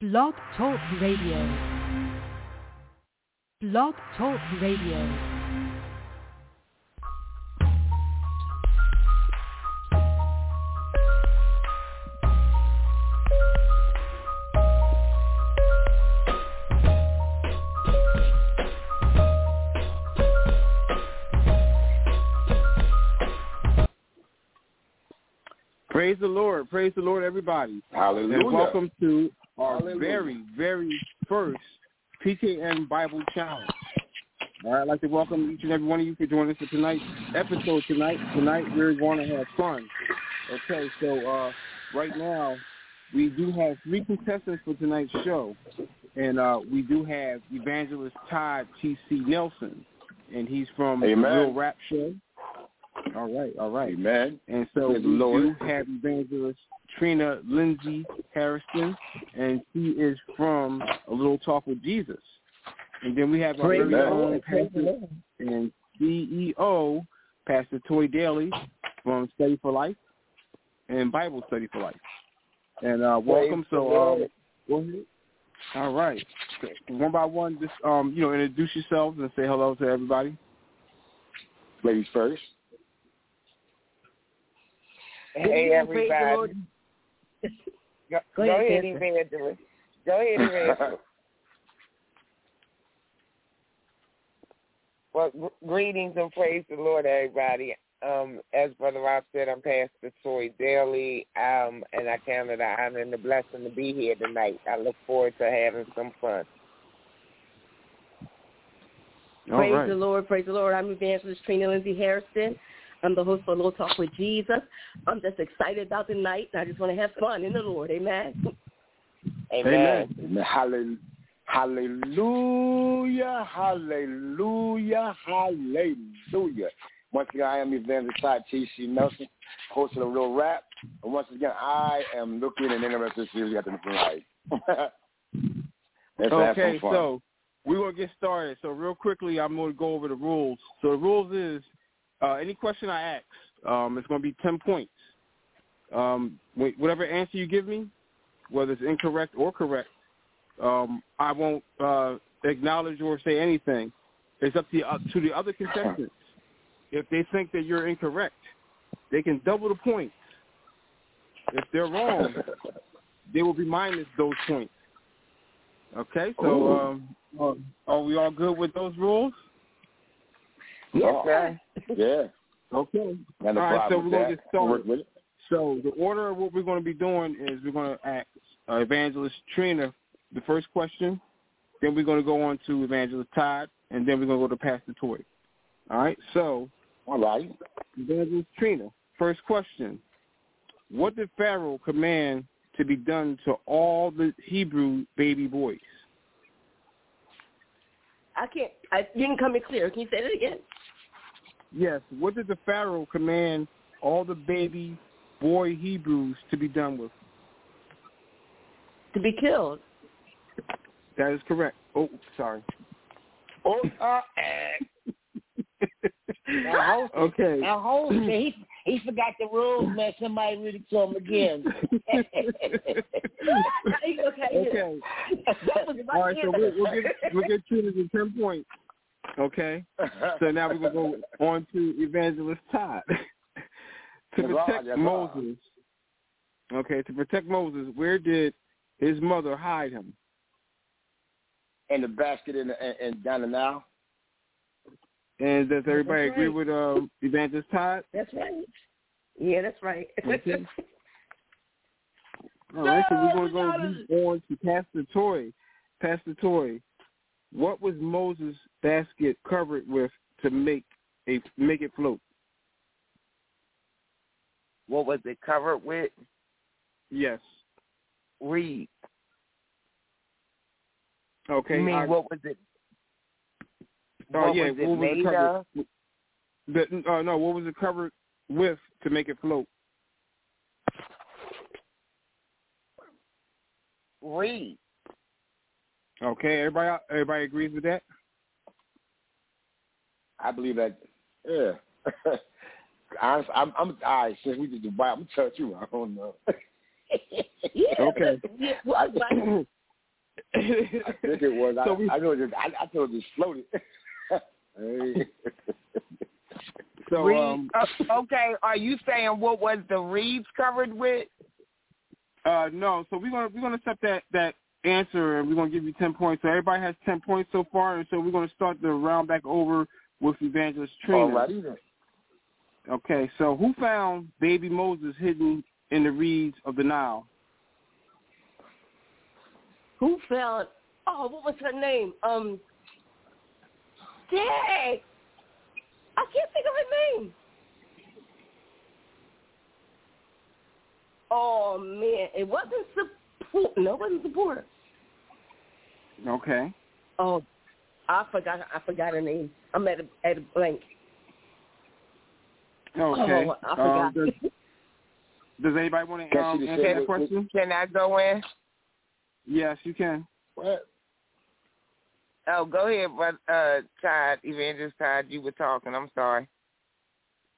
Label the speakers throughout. Speaker 1: Blog Talk Radio. Blog Talk Radio.
Speaker 2: Praise the Lord. Praise the Lord, everybody.
Speaker 3: Hallelujah.
Speaker 2: And welcome to our
Speaker 3: Hallelujah.
Speaker 2: very, very first PKN Bible Challenge. All right, I'd like to welcome each and every one of you for joining us for tonight's episode tonight. Tonight we're going to have fun. Okay, so uh, right now we do have three contestants for tonight's show. And uh, we do have evangelist Todd T.C. Nelson. And he's from
Speaker 3: Amen.
Speaker 2: the Real Rap Show. All right, all right.
Speaker 3: Amen.
Speaker 2: And so
Speaker 3: Praise the
Speaker 2: we
Speaker 3: Lord.
Speaker 2: do have evangelist Trina Lindsay Harrison, and she is from A Little Talk with Jesus. And then we have our
Speaker 3: Praise
Speaker 2: very
Speaker 3: the
Speaker 2: own
Speaker 3: Lord.
Speaker 2: pastor and CEO, Pastor Toy Daly from Study for Life and Bible Study for Life. And uh, welcome. So, um, go ahead. All right, one by one, just um, you know, introduce yourselves and say hello to everybody.
Speaker 3: Ladies first.
Speaker 4: Hey,
Speaker 5: Praise the
Speaker 4: everybody.
Speaker 5: Lord.
Speaker 4: Go,
Speaker 5: Go
Speaker 4: go ahead,
Speaker 5: ahead,
Speaker 4: evangelist. Go ahead, evangelist. well, gr- greetings and praise the Lord, everybody. Um, as Brother Rob said, I'm Pastor Troy Daly, um, and I count it an honor and a blessing to be here tonight. I look forward to having some fun.
Speaker 2: All
Speaker 5: Praise
Speaker 2: right.
Speaker 5: the Lord, praise the Lord. I'm Evangelist Trina Lindsay Harrison. I'm the host for Little Talk with Jesus. I'm just excited about the night. and I just want to have fun in the Lord. Amen.
Speaker 4: Amen.
Speaker 3: Amen. Halle- Hallelujah. Hallelujah. Hallelujah. Once again, I am Evangelist Todd T.C. Nelson, host of The Real Rap. And once again, I am looking and interested to see what you got to life. Let's have
Speaker 2: Okay,
Speaker 3: some fun.
Speaker 2: so we're gonna get started. So real quickly, I'm gonna go over the rules. So the rules is uh, any question I ask, um, it's gonna be ten points. Um, wh- whatever answer you give me, whether it's incorrect or correct, um, I won't uh, acknowledge or say anything. It's up to the, up to the other contestants. If they think that you're incorrect, they can double the points. If they're wrong, they will be minus those points. Okay,
Speaker 3: Ooh.
Speaker 2: so um, are- are we all good with those rules?
Speaker 4: Yes,
Speaker 3: Oh,
Speaker 4: sir.
Speaker 3: yeah.
Speaker 2: Okay.
Speaker 3: Not a
Speaker 2: All right,
Speaker 3: problem
Speaker 2: so we're
Speaker 3: with
Speaker 2: gonna
Speaker 3: that.
Speaker 2: get started.
Speaker 3: Work with it.
Speaker 2: So the order of what we're going to be doing is we're going to ask uh, Evangelist Trina the first question, then we're going to go on to Evangelist Todd, and then we're going to go to Pastor Toy. All right, so
Speaker 3: All right.
Speaker 2: Evangelist Trina, first question. What did Pharaoh command to be done to all the Hebrew baby boys?
Speaker 5: I can't, I you didn't come in clear. Can you say that again?
Speaker 2: Yes, what did the Pharaoh command all the baby boy Hebrews to be done with?
Speaker 5: To be killed.
Speaker 2: That is correct. Oh, sorry.
Speaker 4: Oh, uh, eh. Now, host,
Speaker 2: Okay.
Speaker 4: now, host, he, he forgot the rules, man. Somebody read it to him again.
Speaker 5: okay.
Speaker 2: Okay.
Speaker 5: That was my
Speaker 2: All right, so
Speaker 5: answer.
Speaker 2: we'll, we'll get we'll get Trina to ten points. Okay. So now we're gonna go on to Evangelist Todd. to
Speaker 3: Yes, Lord.
Speaker 2: protect
Speaker 3: Yes, Lord.
Speaker 2: Moses. Okay, to protect Moses, where did his mother hide him?
Speaker 3: in the basket and, and, and down the now.
Speaker 2: And does everybody
Speaker 5: That's
Speaker 2: agree
Speaker 5: right.
Speaker 2: with um, Evangelist Todd?
Speaker 5: That's right. Yeah, that's right.
Speaker 2: Okay. All right, so we're going to go on to Pastor Toy. Pastor Toy, what was Moses' basket covered with to make a make it float?
Speaker 4: what was it covered with?
Speaker 2: Yes.
Speaker 4: Reed.
Speaker 2: Okay.
Speaker 4: you mean
Speaker 2: I-
Speaker 4: what was it?
Speaker 2: Oh,
Speaker 4: what
Speaker 2: yeah,
Speaker 4: was it
Speaker 2: what was it
Speaker 4: made
Speaker 2: covered?
Speaker 4: of?
Speaker 2: the, uh, no, what was it covered with to make it float?
Speaker 4: Reed.
Speaker 2: Okay, everybody, everybody agrees with that.
Speaker 3: I believe that. Yeah. Honestly, I'm. I'm. All right. Since we did the Bible, I'm gonna tell you. I don't know.
Speaker 5: Yeah.
Speaker 2: Okay.
Speaker 5: Yeah, well, I was like,
Speaker 3: I think it was. I,
Speaker 2: So we-
Speaker 3: I know it just, I, I thought it just floated. Hey.
Speaker 2: So
Speaker 4: Reeds-
Speaker 2: um,
Speaker 4: oh, okay, are you saying what was the reeds covered with?
Speaker 2: Uh, no. So we're gonna we're gonna accept that that answer, and we're gonna give you ten points. So everybody has ten points so far, and so we're gonna start the round back over with Evangelist Trina.
Speaker 3: All righty then.
Speaker 2: Okay. So who found baby Moses hidden in the reeds of the Nile?
Speaker 5: Who found? Oh, what was her name? Um, dang, I can't think of her name. Oh man, it wasn't support. No, it wasn't support.
Speaker 2: Okay.
Speaker 5: Oh, I forgot. I forgot her name. I'm at a, at a blank.
Speaker 2: Okay.
Speaker 5: Oh, I
Speaker 2: um,
Speaker 5: forgot.
Speaker 2: does, does anybody want to
Speaker 3: Can
Speaker 2: um,
Speaker 3: she
Speaker 2: answer
Speaker 3: say
Speaker 2: that
Speaker 3: what- what-
Speaker 2: question?
Speaker 4: Can I go in?
Speaker 2: Yes, you can.
Speaker 3: What?
Speaker 4: Oh, go ahead, but uh, Todd, Evangelist Todd, you were talking. I'm sorry.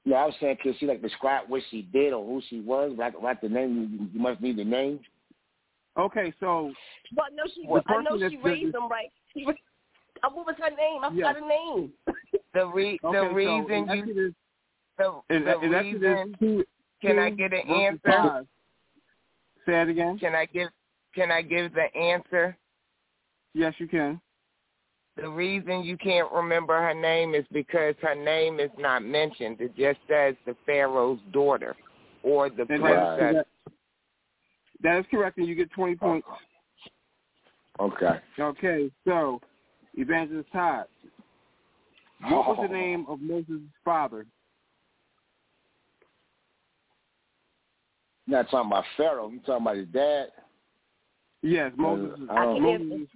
Speaker 3: Yeah, I was saying, can she like describe what she did or who she was? Like, like the name, you, you must need the name.
Speaker 2: Okay. So
Speaker 5: But no, she.
Speaker 2: Well,
Speaker 5: I know
Speaker 2: person
Speaker 5: she
Speaker 2: that's-
Speaker 5: raised them right. She was. Uh, what was her name? I
Speaker 2: Yeah.
Speaker 5: forgot her name.
Speaker 4: The re
Speaker 2: okay.
Speaker 4: the reason
Speaker 2: so in
Speaker 4: you
Speaker 2: Exodus,
Speaker 4: the,
Speaker 2: in,
Speaker 4: the
Speaker 2: in
Speaker 4: reason
Speaker 2: Exodus two,
Speaker 4: can I
Speaker 2: two
Speaker 4: get an
Speaker 2: verses
Speaker 4: answer?
Speaker 2: five. Say that again.
Speaker 4: Can I give can I give the answer?
Speaker 2: Yes, you can.
Speaker 4: The reason you can't remember her name is because her name is not mentioned. It just says the Pharaoh's daughter or the
Speaker 2: And
Speaker 3: Right.
Speaker 4: princess.
Speaker 2: that, that is correct, and you get 20 points.
Speaker 3: Okay.
Speaker 2: Okay, so Evangelist Todd, what
Speaker 3: Uh-huh.
Speaker 2: was the name of Moses' father?
Speaker 3: You're not talking about Pharaoh. You're talking about his dad.
Speaker 2: Yes, Moses.
Speaker 3: I
Speaker 5: don't-
Speaker 2: Moses.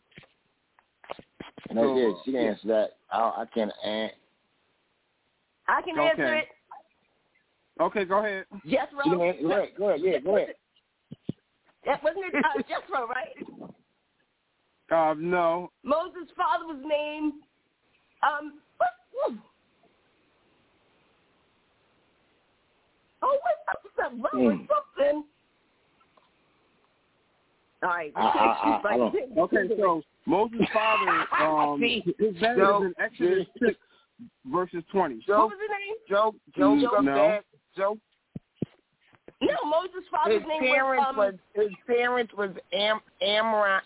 Speaker 3: No,
Speaker 2: So,
Speaker 3: yeah, she can answer that. I, I can't eh. answer.
Speaker 5: I can
Speaker 2: Okay.
Speaker 5: answer it.
Speaker 2: Okay, go ahead.
Speaker 5: Yes,
Speaker 3: Go
Speaker 5: Rob.
Speaker 3: ahead, go ahead, yeah, go ahead.
Speaker 5: That wasn't it, uh, Jethro, right?
Speaker 2: Uh, no,
Speaker 5: Moses' father was named. Um, what? what- Oh, what? What's up? What was
Speaker 2: Hmm.
Speaker 3: Mm.
Speaker 5: something? All right.
Speaker 3: I- I- I- I don't-
Speaker 2: Okay, so Moses' father, um,
Speaker 4: See,
Speaker 2: his name
Speaker 4: Joe.
Speaker 2: is in Exodus 6, verses 20.
Speaker 5: what
Speaker 4: Joe
Speaker 5: was his
Speaker 4: Joe Joe
Speaker 2: Hmm. No.
Speaker 4: go back. Joe
Speaker 5: name? No, Moses' father's
Speaker 4: his
Speaker 5: name
Speaker 4: parents
Speaker 5: was. Um,
Speaker 4: was his parents was Am Amra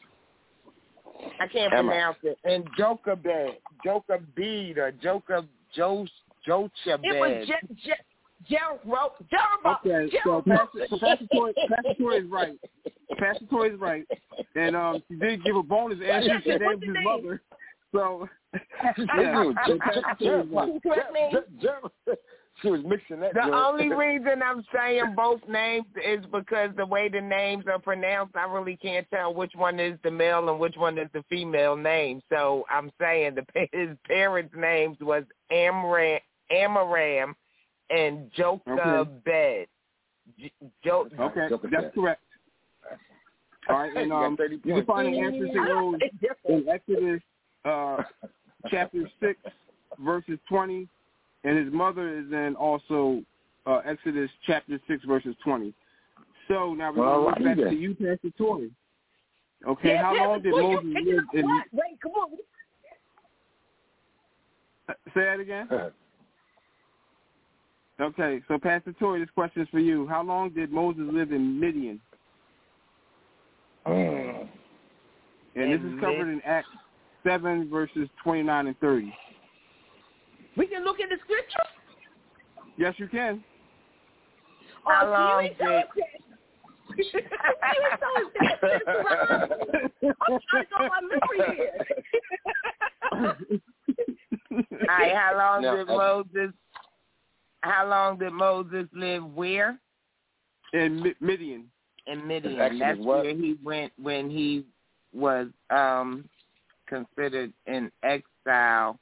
Speaker 4: I can't
Speaker 3: Amra.
Speaker 4: pronounce it. And Jochebed. Jochebed or Jocheb Jos Jochebed.
Speaker 5: it was Je- Je- Jethro. Jethro.
Speaker 2: Okay, so
Speaker 5: Jethro.
Speaker 2: Pastor, Pastor, Toy, Pastor Toy is right. Pastor Toy is right. And um, she did give a bonus answer. She
Speaker 5: What's
Speaker 2: named his
Speaker 5: the name?
Speaker 2: mother. So, yeah.
Speaker 3: She was-
Speaker 5: Correct me.
Speaker 3: She was mixing that.
Speaker 4: The
Speaker 3: joint.
Speaker 4: only reason I'm saying both names is because the way the names are pronounced, I really can't tell which one is the male and which one is the female name. So I'm saying the pa- his parents' names was Amram, Amaram, and Jochebed. J- Jo-
Speaker 2: Okay,
Speaker 3: Look at
Speaker 2: that's
Speaker 3: that.
Speaker 2: correct. All right, and
Speaker 3: You got
Speaker 2: um,
Speaker 3: 30
Speaker 2: you can
Speaker 3: points.
Speaker 2: find the answer to those in Exodus uh, chapter six, verses twenty, and his mother is in also uh, Exodus chapter six, verses twenty. So now we're
Speaker 3: All
Speaker 2: going to
Speaker 3: right
Speaker 2: go back to
Speaker 3: then.
Speaker 2: you, Pastor Tori. Okay,
Speaker 5: Yeah,
Speaker 2: how
Speaker 5: Jethro,
Speaker 2: long did
Speaker 5: what, you
Speaker 2: Moses
Speaker 5: picking
Speaker 2: live?
Speaker 5: up
Speaker 2: In,
Speaker 5: what? Wait, come on.
Speaker 2: uh, say that again. Okay, so Pastor Tori, this question is for you. How long did Moses live in Midian?
Speaker 3: Mm.
Speaker 2: And this
Speaker 4: In
Speaker 2: is covered in Acts seven, verses twenty-nine and thirty.
Speaker 5: We can look at the scripture.
Speaker 2: Yes, you can.
Speaker 4: How
Speaker 5: Oh,
Speaker 4: long
Speaker 5: see, we saw
Speaker 4: did-
Speaker 5: that. See, we saw that. I'm trying to go by memory here.
Speaker 4: All right, how long
Speaker 3: Now,
Speaker 4: did
Speaker 3: uh,
Speaker 4: Moses? How long did Moses live where?
Speaker 2: in Mi- Midian.
Speaker 4: in Midian.
Speaker 3: Exodus
Speaker 4: That's
Speaker 3: what?
Speaker 4: where he went when he was um considered in exile.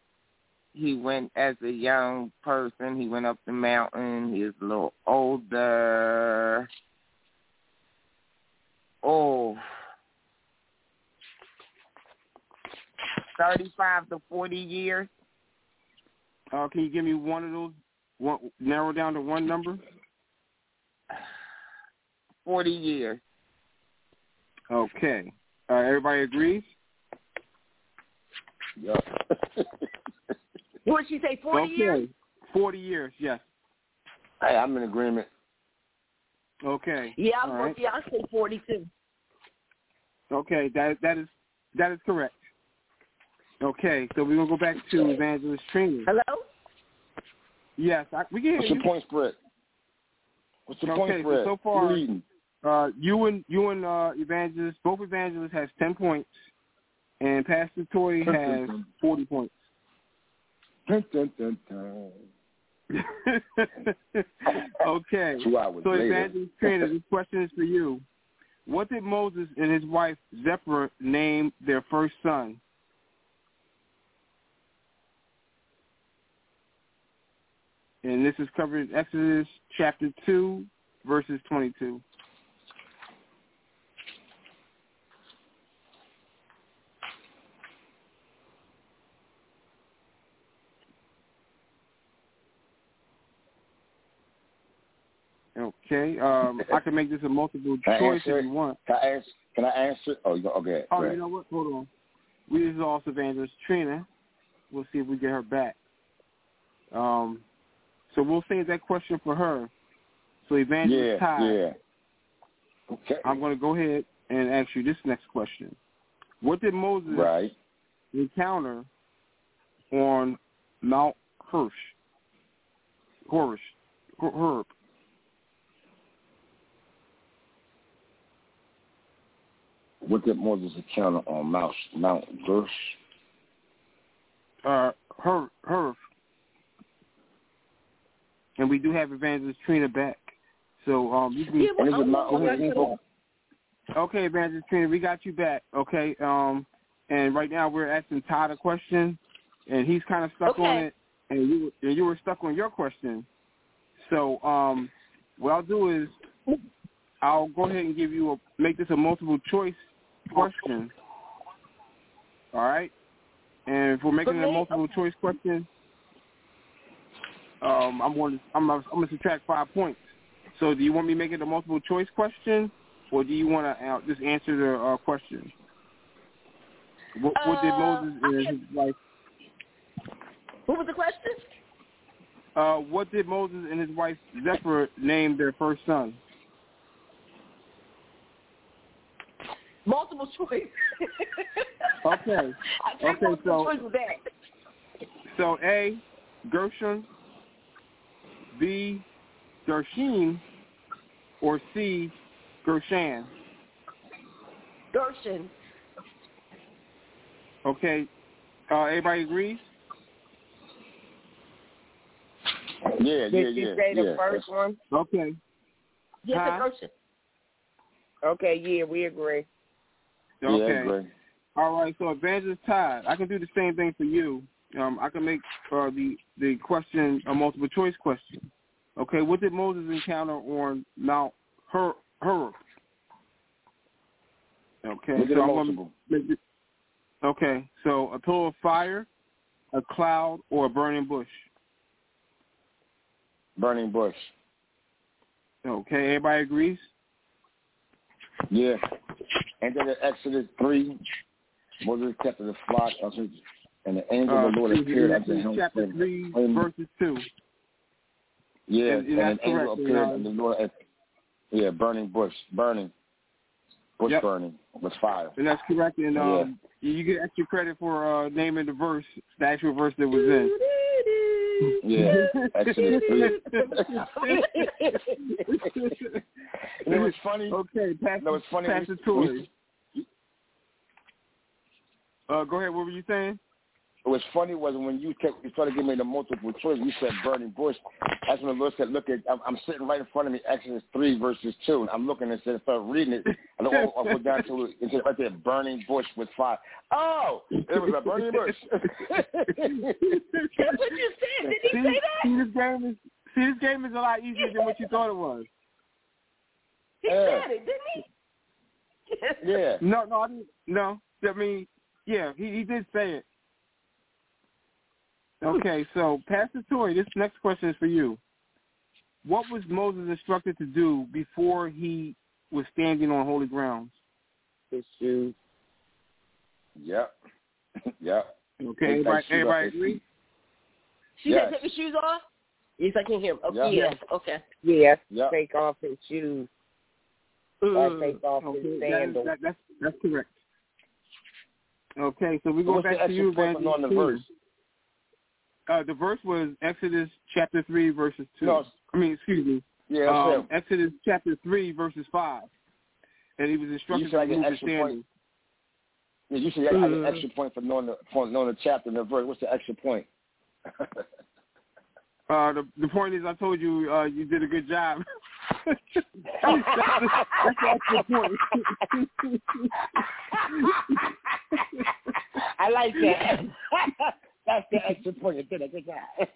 Speaker 4: He went as a young person. He went up the mountain. He was a little older. Oh, thirty-five to 40 years.
Speaker 2: Uh, can you give me one of those? One, narrow down to one number.
Speaker 4: 40 years.
Speaker 2: Okay. Uh, everybody agrees?
Speaker 3: Yeah.
Speaker 5: What did she say? Forty
Speaker 2: okay.
Speaker 5: years.
Speaker 2: 40 years, yes.
Speaker 3: hey, I'm in agreement.
Speaker 2: Okay.
Speaker 5: Yeah, I
Speaker 2: All
Speaker 5: want-
Speaker 2: right.
Speaker 5: yeah, I say forty-two.
Speaker 2: Okay, that that is that is correct. Okay, so we're gonna go back to Evangelist Trini.
Speaker 5: Hello.
Speaker 2: Yes, I, we can hear
Speaker 3: What's your
Speaker 2: you.
Speaker 3: point spread? What's your
Speaker 2: Okay, so
Speaker 3: point spread?
Speaker 2: so far-
Speaker 3: Who leading?
Speaker 2: Uh, you and you and uh, Evangelist, both Evangelists has ten points, and Pastor Toy has forty points.
Speaker 3: Dun, dun, dun, dun.
Speaker 2: okay,
Speaker 3: Two hours
Speaker 2: so
Speaker 3: later.
Speaker 2: Evangelist Trini, this question is for you. What did Moses and his wife Zipporah name their first son? And this is covered in Exodus chapter 2, verses 22. Okay, um, I can make this a multiple
Speaker 3: Can I
Speaker 2: choice
Speaker 3: answer
Speaker 2: if
Speaker 3: it?
Speaker 2: you want.
Speaker 3: Can I answer? Can I answer? Oh, you go, okay.
Speaker 2: Oh,
Speaker 3: go
Speaker 2: you
Speaker 3: ahead.
Speaker 2: know what? Hold on. We just lost Evangelist Trina. We'll see if we get her back. Um, so we'll save that question for her. So
Speaker 3: Yeah,
Speaker 2: Evangelist Ty,
Speaker 3: yeah. Okay.
Speaker 2: I'm going to go ahead and ask you this next question. What did Moses
Speaker 3: right.
Speaker 2: encounter on Mount Hirsch? Horish. Herb.
Speaker 3: What did Moses encounter on Mount Mount Gersh?
Speaker 2: Uh, her, her. And we do have Evangelist Trina back. So um, you can
Speaker 5: Yeah,
Speaker 3: And
Speaker 5: well,
Speaker 3: this is
Speaker 5: I'm
Speaker 3: Mount
Speaker 5: going
Speaker 3: Gersh.
Speaker 5: back to
Speaker 2: Okay, Evangelist Trina, we got you back. Okay, um, and right now we're asking Todd a question, and he's kind of stuck on
Speaker 5: Okay.
Speaker 2: it, and you and you were stuck on your question. So, um, what I'll do is I'll go ahead and give you a make this a multiple choice question. All right, and if we're making it a
Speaker 5: Okay.
Speaker 2: multiple choice question, um, I'm going to I'm gonna- I'm going to subtract five points. So, do you want me to make it a multiple choice question, or do you want to uh, just answer the uh, question? What, what did
Speaker 5: Uh,
Speaker 2: Moses
Speaker 5: I
Speaker 2: and
Speaker 5: can-
Speaker 2: his wife?
Speaker 5: What was the question?
Speaker 2: Uh, what did Moses and his wife Zephyr name their first son?
Speaker 5: Multiple choice.
Speaker 2: Okay.
Speaker 5: I think
Speaker 2: Okay,
Speaker 5: multiple
Speaker 2: so-
Speaker 5: choice with that.
Speaker 2: So A, Gershon, B, Gershine, or C, Gershan.
Speaker 5: Gershon.
Speaker 2: Okay. Uh, everybody agrees?
Speaker 3: Yeah, yeah,
Speaker 4: Did she
Speaker 3: yeah,
Speaker 4: say the
Speaker 3: yeah.
Speaker 4: first one?
Speaker 2: Okay.
Speaker 5: Yes,
Speaker 2: Huh?
Speaker 5: Gershon.
Speaker 4: Okay, yeah, we agree.
Speaker 3: That's- yeah,
Speaker 2: okay.
Speaker 3: that's great.
Speaker 2: All right, so Evangelist Todd, I can do the same thing for you. Um, I can make uh, the the question a multiple choice question. Okay, what did Moses encounter on Mount Hor- Horeb? Okay,
Speaker 3: Look at
Speaker 2: so
Speaker 3: the
Speaker 2: I'm gonna
Speaker 3: multiple.
Speaker 2: make it- okay, so a pillar of fire, a cloud, or a burning bush.
Speaker 3: Burning bush.
Speaker 2: Okay, everybody agrees.
Speaker 3: Yeah. And then in Exodus three, Moses kept the flock, of his- and the angel
Speaker 2: Uh,
Speaker 3: of the Lord appeared unto
Speaker 2: Exodus
Speaker 3: him.
Speaker 2: chapter
Speaker 3: saying,
Speaker 2: three,
Speaker 3: Amen.
Speaker 2: verses two.
Speaker 3: Yeah,
Speaker 2: And-
Speaker 3: and,
Speaker 2: and
Speaker 3: an
Speaker 2: that's
Speaker 3: angel
Speaker 2: correct,
Speaker 3: appeared
Speaker 2: Leonardo.
Speaker 3: and the Lord. at- Yeah, burning bush, burning bush,
Speaker 2: Yep.
Speaker 3: burning with fire.
Speaker 2: And that's correct. And um, you get extra credit for uh, naming the verse, the actual verse that was in.
Speaker 3: Yeah, Exodus three. And it was funny.
Speaker 2: okay, Pastor,
Speaker 3: No, it's funny. We-
Speaker 2: Pastor Torrey.
Speaker 3: we-
Speaker 2: Uh, go ahead. What were you saying?
Speaker 3: It was funny was when you kept you started giving me the multiple choice. You said burning bush. That's when the Lord said, "Look at I'm, I'm sitting right in front of me, Exodus three verses two, and I'm looking and said, start reading it. I don't want to go down to it. It said right there, burning bush with fire. Oh, it was a burning bush.
Speaker 5: That's what you said. Did
Speaker 2: See,
Speaker 5: he say that?
Speaker 2: see, this game is see this game is a lot easier than what you thought it was.
Speaker 5: He
Speaker 3: Yeah.
Speaker 5: said it, didn't he?
Speaker 3: yeah,
Speaker 2: No, no, I didn't. No, I mean, yeah, he, he did say it.
Speaker 3: Hmm.
Speaker 2: Okay, so Pastor Toy, this next question is for you. What was Moses instructed to do before he was standing on holy grounds?
Speaker 4: His shoes.
Speaker 3: Yep. yep.
Speaker 2: Okay,
Speaker 3: Take
Speaker 2: everybody,
Speaker 3: that shoe off
Speaker 2: everybody
Speaker 3: their
Speaker 2: agree?
Speaker 3: feet.
Speaker 5: She
Speaker 3: Yes.
Speaker 5: said, take your shoes off? Yes, I can hear him. Okay,
Speaker 3: Yeah.
Speaker 5: yes. Okay.
Speaker 4: Yes,
Speaker 3: Yep.
Speaker 4: take off his shoes.
Speaker 2: Uh,
Speaker 4: take off his
Speaker 2: okay, that is,
Speaker 4: sandals.
Speaker 2: that, that's that's correct. Okay, so we go
Speaker 3: What's the
Speaker 2: back to
Speaker 3: extra
Speaker 2: you,
Speaker 3: focus
Speaker 2: Evangeline.
Speaker 3: on the verse?
Speaker 2: Uh, the verse was Exodus chapter three, verses two.
Speaker 3: No.
Speaker 2: I mean, excuse me,
Speaker 3: Yeah, that's
Speaker 2: um,
Speaker 3: him.
Speaker 2: Exodus chapter three, verses five, and he was
Speaker 3: You
Speaker 2: instructed
Speaker 3: said
Speaker 2: to
Speaker 3: I get
Speaker 2: move his
Speaker 3: extra point.
Speaker 2: sandals.
Speaker 3: Yeah, you should have an
Speaker 2: Uh.
Speaker 3: extra point for knowing the, for knowing the chapter and the verse. What's the extra point?
Speaker 2: Uh, the the point is, I told you, uh, you did a good job. that's, the, that's the actual point.
Speaker 4: I like that.
Speaker 3: That's the extra point. You did a good job. That's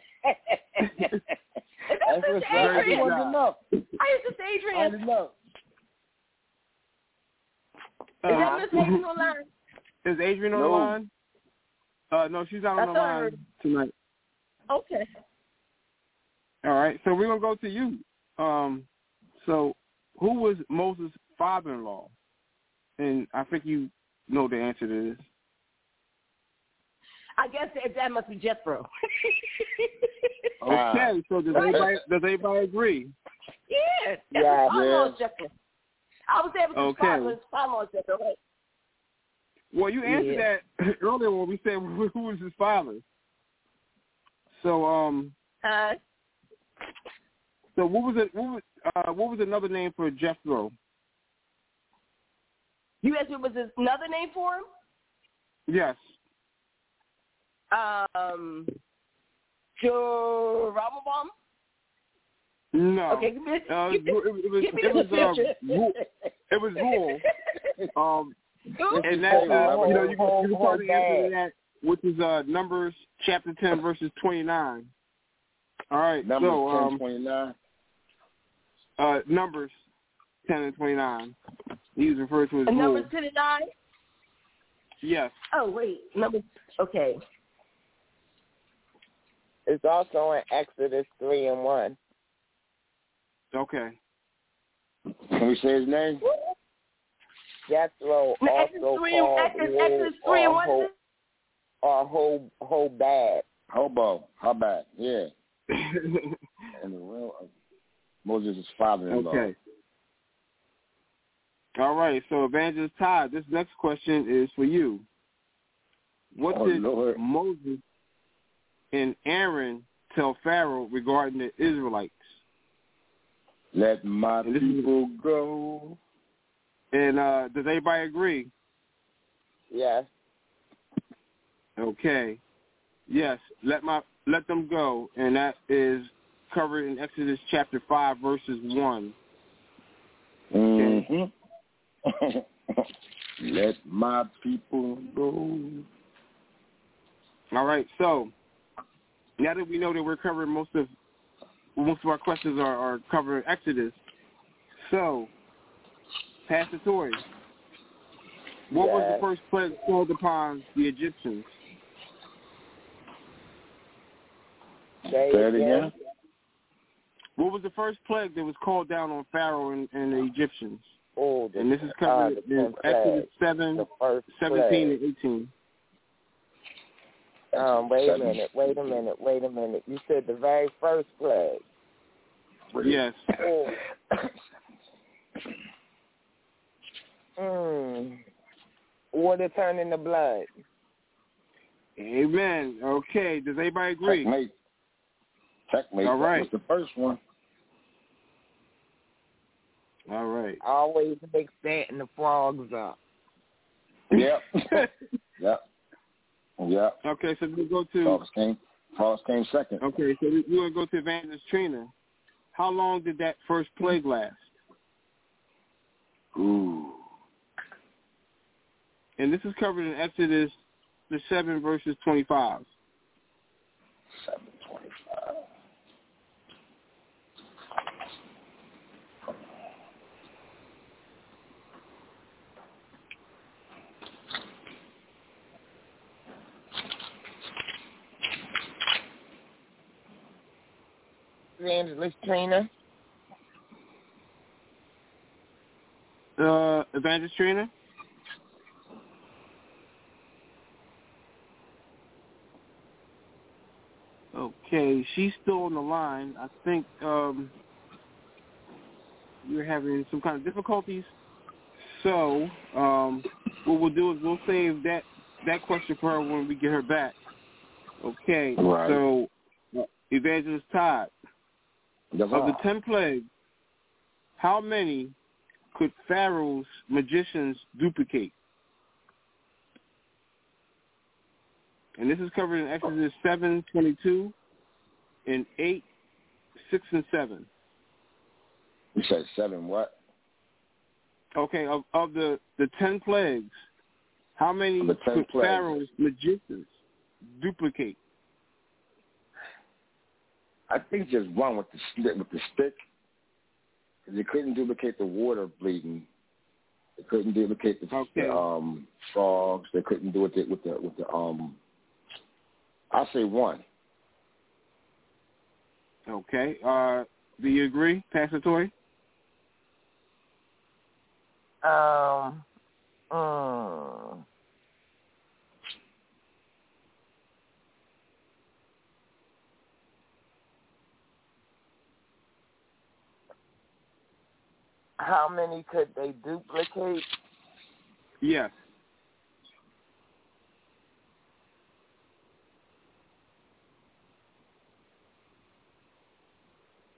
Speaker 3: what's up.
Speaker 5: Very
Speaker 2: good
Speaker 3: I wanted
Speaker 2: job.
Speaker 3: enough.
Speaker 5: I used to
Speaker 3: I
Speaker 5: Adrian.
Speaker 3: wanted enough.
Speaker 5: Is that
Speaker 2: Uh,
Speaker 5: Miss Hayden online?
Speaker 2: is Adrian on
Speaker 3: No.
Speaker 2: the line? Uh, no, she's not on
Speaker 5: I
Speaker 2: the
Speaker 5: thought I
Speaker 2: line
Speaker 5: heard-
Speaker 2: tonight.
Speaker 5: Okay.
Speaker 2: All right, so we're gonna go to you. Um, so who was Moses' father-in-law? And I think you know the answer to this.
Speaker 5: I guess that, that must be Jethro.
Speaker 3: Uh,
Speaker 2: Okay, so does anybody does anybody agree?
Speaker 5: yeah. That's
Speaker 4: Yeah.
Speaker 5: his father-in-law's Jethro. I was able to
Speaker 2: Okay.
Speaker 5: spot his father-in-law's Jethro, right?
Speaker 2: Well, you answered
Speaker 4: Yeah.
Speaker 2: that earlier when we said who was his father. So, um,
Speaker 5: Huh?
Speaker 2: so what was it? What was uh, what was another name for Jethro?
Speaker 5: You guys, it was his- another name for him?
Speaker 2: Yes,
Speaker 5: Um, Jeroboam?
Speaker 2: no.
Speaker 5: Okay, give me,
Speaker 2: Uh,
Speaker 5: give
Speaker 2: it
Speaker 5: me,
Speaker 2: was it was
Speaker 5: give me
Speaker 2: it
Speaker 5: the
Speaker 2: was,
Speaker 5: picture.
Speaker 2: uh, Ru- it was rule. Um,
Speaker 5: Who?
Speaker 2: and that's uh, you know you can, you can
Speaker 4: Hold- hold
Speaker 2: probably answer that, which is uh, Numbers chapter ten verses twenty nine. All right,
Speaker 3: Number
Speaker 2: so um,
Speaker 3: 1029.
Speaker 2: uh, Numbers ten and twenty nine. He was referred to as
Speaker 5: And
Speaker 2: rule.
Speaker 5: number 29?
Speaker 2: Yes.
Speaker 5: Oh, wait. Number, okay.
Speaker 4: It's also in Exodus three and one.
Speaker 2: Okay.
Speaker 3: Can we say his name?
Speaker 4: Jethro
Speaker 5: Man,
Speaker 4: also
Speaker 5: Exodus 3,
Speaker 4: called
Speaker 5: Exodus,
Speaker 4: Reu
Speaker 5: Exodus 3 and
Speaker 4: or
Speaker 5: 1
Speaker 4: Ho- or Ho- Hobab.
Speaker 3: Hobo. How about? Yeah.
Speaker 2: okay.
Speaker 3: And the will of Moses' father-in-law.
Speaker 2: All right. So Evangelist Todd, this next question is for you. What
Speaker 3: Oh,
Speaker 2: did
Speaker 3: Lord.
Speaker 2: Moses and Aaron tell Pharaoh regarding the Israelites?
Speaker 3: Let my
Speaker 2: And this is-
Speaker 3: people go.
Speaker 2: And uh, does anybody agree?
Speaker 4: Yes.
Speaker 2: Okay. Yes, let my let them go, and that is covered in Exodus chapter five, verses one.
Speaker 3: hmm Let my people go.
Speaker 2: All right. So now that we know that we're covering most of most of our questions are, are covering Exodus, so Pastor Tori, what was
Speaker 4: Yes.
Speaker 2: the first plague called upon the Egyptians?
Speaker 4: Say
Speaker 3: Say it again.
Speaker 2: What was the first plague that was called down on Pharaoh and, and the Egyptians?
Speaker 4: Oh, the,
Speaker 2: And this is
Speaker 4: uh,
Speaker 2: covered
Speaker 4: the
Speaker 2: in
Speaker 4: tenth
Speaker 2: Exodus
Speaker 4: plague,
Speaker 2: seven,
Speaker 4: the first
Speaker 2: 17
Speaker 4: plague.
Speaker 2: and 18.
Speaker 4: Um, wait a
Speaker 3: Seven.
Speaker 4: minute, wait a minute, wait a minute. You said the very first plague.
Speaker 2: Yes.
Speaker 4: Oh. mm. Water turning to blood.
Speaker 2: Amen. Okay. Does anybody agree?
Speaker 3: Checkmate. Checkmate.
Speaker 2: All right.
Speaker 3: That was the first one.
Speaker 2: All right.
Speaker 4: I always mix that and the frogs up.
Speaker 3: Yep. yep. Yep.
Speaker 2: okay. So we go to
Speaker 3: Frogs came. Frogs came second.
Speaker 2: okay. So we- we're gonna go to Evangelist Trina. How long did that first plague last?
Speaker 3: Ooh.
Speaker 2: And this is covered in Exodus the seven verses twenty five.
Speaker 3: Seven twenty-five.
Speaker 4: Evangelist Trina.
Speaker 2: Uh, Evangelist Trina. Okay, she's still on the line. I think um, you're having some kind of difficulties. So um, what we'll do is we'll save that that question for her when we get her back. Okay.
Speaker 3: Right.
Speaker 2: So uh, Evangelist Todd,
Speaker 3: That's
Speaker 2: of the
Speaker 3: all.
Speaker 2: ten plagues, how many could Pharaoh's magicians duplicate? And this is covered in Exodus seven twenty two, and eight, six and seven.
Speaker 3: You said seven what?
Speaker 2: Okay, of, of the, the ten plagues, how many
Speaker 3: Of the 10
Speaker 2: could
Speaker 3: plagues.
Speaker 2: Pharaoh's magicians duplicate?
Speaker 3: I think just one with the stick. With the stick, 'Cause they couldn't duplicate the water bleeding. They couldn't duplicate the,
Speaker 2: Okay.
Speaker 3: the um, frogs. They couldn't do it with the with the um. I say one.
Speaker 2: Okay. Uh, do you agree, Pastor Toy?
Speaker 4: Um, mm, how many could they duplicate?
Speaker 2: Yes.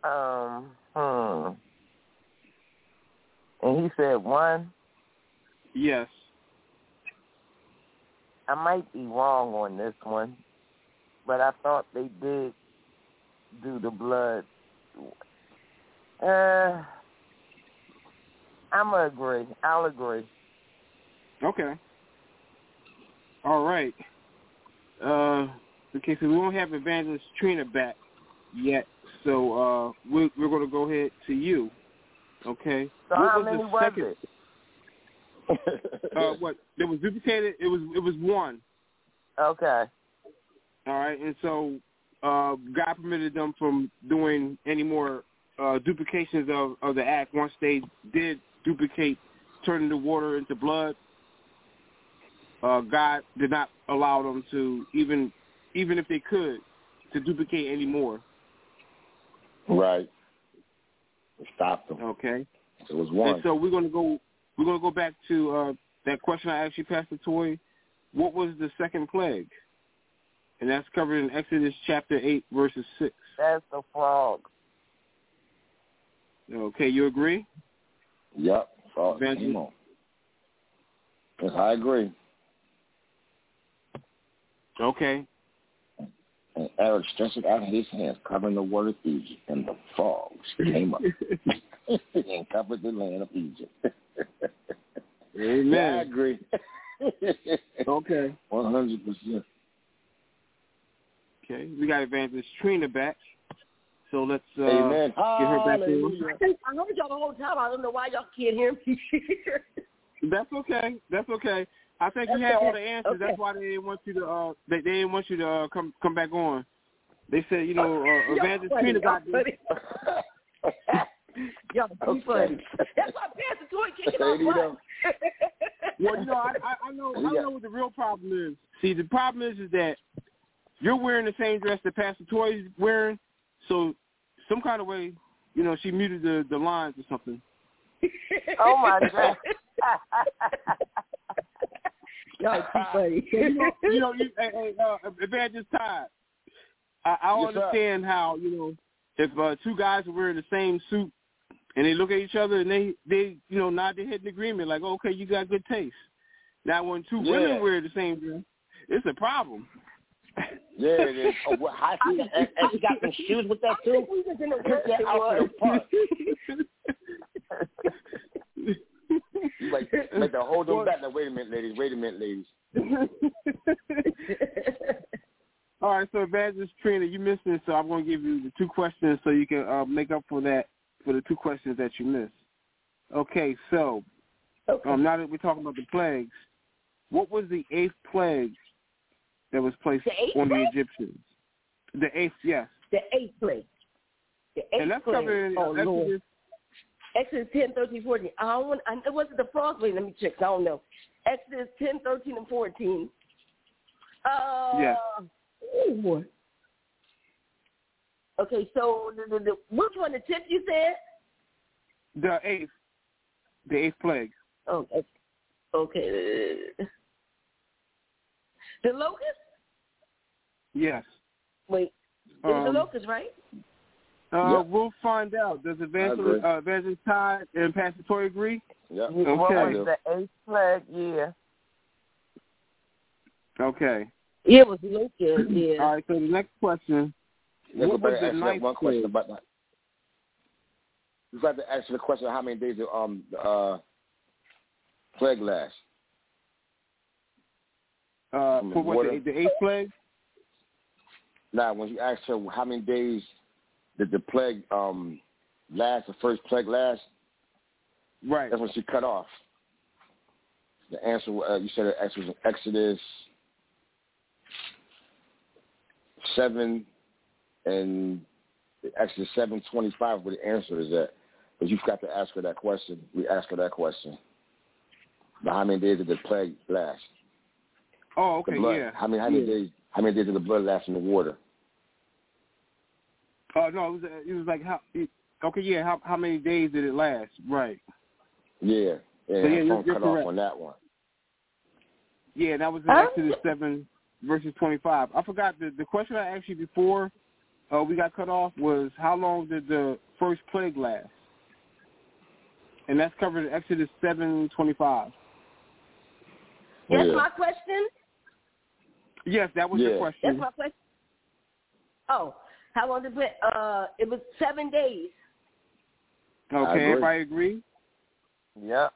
Speaker 4: Um, hmm. And he said one.
Speaker 2: Yes.
Speaker 4: I might be wrong on this one, but I thought they did do the blood. Uh, I'm agree. I'll agree.
Speaker 2: Okay. All right. Uh, okay, so we won't have Evangelist Trina back yet, so uh, we're, we're going to go ahead to you. Okay.
Speaker 4: So
Speaker 2: What
Speaker 4: how
Speaker 2: was the
Speaker 4: many was
Speaker 2: second-
Speaker 4: it?
Speaker 2: Uh, what? It was duplicated. It was it was one.
Speaker 4: Okay.
Speaker 2: All right, and so uh, God permitted them from doing any more uh, duplications of, of the act. Once they did duplicate turning the water into blood, uh, God did not allow them to even even if they could to duplicate any more.
Speaker 3: right. It stopped them.
Speaker 2: Okay,
Speaker 3: It was
Speaker 2: and
Speaker 3: one.
Speaker 2: so we're gonna go we're gonna go back to uh, that question I asked you, Pastor Toy. What was the second plague? And that's covered in Exodus chapter eight, verses six.
Speaker 4: That's the frog.
Speaker 2: Okay, you agree?
Speaker 3: Yep. So,
Speaker 2: Benji.
Speaker 3: come on. Yes, I agree.
Speaker 2: Okay.
Speaker 3: And Aaron stretched out his hands, covering the water of Egypt, and the frogs came up and covered the land of Egypt. Yeah, I
Speaker 2: Amen.
Speaker 3: agree.
Speaker 2: Okay.
Speaker 3: One hundred percent.
Speaker 2: Okay. We got Evangelist Trina back. So let's uh
Speaker 3: Amen.
Speaker 2: get her back in.
Speaker 3: Hallelujah.
Speaker 5: I heard y'all the whole time. I don't know why y'all can't hear me.
Speaker 2: That's okay. That's okay. I think you had all the answers.
Speaker 5: Okay.
Speaker 2: That's why they didn't want you to uh they, they didn't want you to uh, come come back on. They said, you know, uh, Evangelist
Speaker 5: y'all
Speaker 2: Trina
Speaker 5: funny. Y'all
Speaker 2: got this.
Speaker 5: funny. Y'all too
Speaker 3: Okay.
Speaker 5: funny. That's why Pastor Toy kicking
Speaker 3: Lady,
Speaker 5: our
Speaker 3: though.
Speaker 5: butt.
Speaker 2: Well, you know, I, I, I know I
Speaker 3: Yeah.
Speaker 2: know what the real problem is. See, the problem is is that you're wearing the same dress that Pastor Toy's wearing, so some kind of way, you know, she muted the the lines or something.
Speaker 4: Oh my god.
Speaker 5: Y'all too funny.
Speaker 2: you know, you know, you, hey, hey, uh, Evangelist Todd, I, I don't
Speaker 3: Yes, sir.
Speaker 2: understand how you know if uh, two guys are wearing the same suit and they look at each other and they they you know nod their head in agreement like okay you got good taste. Now when two
Speaker 3: Yeah.
Speaker 2: women wear the same dress, it's a problem.
Speaker 3: Yeah, it is. Oh, well, I see. And, and she got them shoes with that
Speaker 5: I
Speaker 3: too.
Speaker 5: think we was in the
Speaker 3: Took that out to the park. Like, like to hold them back. Now, wait a minute, ladies. Wait a minute, ladies.
Speaker 2: All right, so Evangelist Trina, you missed this, so I'm going to give you the two questions so you can uh, make up for that for the two questions that you missed. Okay, so
Speaker 5: Okay.
Speaker 2: um, now that we're talking about the plagues, what was the eighth plague that was placed
Speaker 5: The eighth
Speaker 2: on the
Speaker 5: plague?
Speaker 2: Egyptians? The eighth, yes,
Speaker 5: The eighth place. The eighth
Speaker 2: and that's
Speaker 5: place.
Speaker 2: covered in
Speaker 5: oh, Lord.
Speaker 2: Exodus.
Speaker 5: Exodus 10, 13, 14. I don't want, I, it wasn't the frog. Wait, let me check. I don't know. Exodus 10, 13, and 14. Uh,
Speaker 2: Yeah.
Speaker 5: Oh, boy. Okay, so the, the, the, which one? The tip you said?
Speaker 2: The eighth, the eighth plague.
Speaker 5: Oh, okay. okay. The locust?
Speaker 2: Yes.
Speaker 5: Wait, it was the
Speaker 2: Um,
Speaker 5: locust, right?
Speaker 2: Uh,
Speaker 3: Yep.
Speaker 2: We'll find out. Does
Speaker 3: I
Speaker 2: Evangelist,
Speaker 3: agree.
Speaker 2: uh, Evangelist Todd and Pastor Toy agree?
Speaker 3: Yeah.
Speaker 4: You- What
Speaker 2: Okay.
Speaker 4: was the eighth plague? Yeah.
Speaker 2: Okay.
Speaker 5: Yeah, it was the locust. Oh, Yeah.
Speaker 2: All right. So the next question.
Speaker 3: Let's
Speaker 2: What was
Speaker 3: go back
Speaker 2: the
Speaker 3: and ask
Speaker 2: ninth
Speaker 3: that one question
Speaker 2: plague?
Speaker 3: about that. You got to answer the question of how many days the um uh plague lasts.
Speaker 2: Uh, for what
Speaker 3: Water.
Speaker 2: the, the eighth plague?
Speaker 3: Now, when you asked her how many days did the plague um last, the first plague last,
Speaker 2: Right.
Speaker 3: that's when she cut off. The answer, wa- uh, you said the answer was in Exodus seven and Exodus seven twenty five. Where the answer is at, but you've got to ask her that question. We asked her that question. But how many days did the plague last?
Speaker 2: Oh,
Speaker 3: The
Speaker 2: okay.
Speaker 3: blood.
Speaker 2: Yeah.
Speaker 3: How many? How many
Speaker 2: Yeah.
Speaker 3: days? How many days did the blood last in the water?
Speaker 2: Oh no, it was, uh, it was like how. It, okay. Yeah. How how many days did it last? Right.
Speaker 3: Yeah. Yeah.
Speaker 2: So, yeah,
Speaker 3: her
Speaker 2: you're-
Speaker 3: phone
Speaker 2: you're
Speaker 3: cut
Speaker 2: correct.
Speaker 3: off on that one.
Speaker 2: Yeah, that was in
Speaker 5: Um,
Speaker 2: Exodus seven verses twenty five. I forgot the the question I asked you before uh, we got cut off was how long did the first plague last? And that's covered in Exodus seven twenty five.
Speaker 5: That's
Speaker 3: Yeah.
Speaker 5: my question.
Speaker 2: Yes, that was
Speaker 3: Yeah.
Speaker 2: your
Speaker 5: That's
Speaker 2: question.
Speaker 5: my question. Oh, how long did it? Uh, it was seven days.
Speaker 3: I
Speaker 2: Okay,
Speaker 3: agree.
Speaker 2: everybody agree?
Speaker 4: Yep.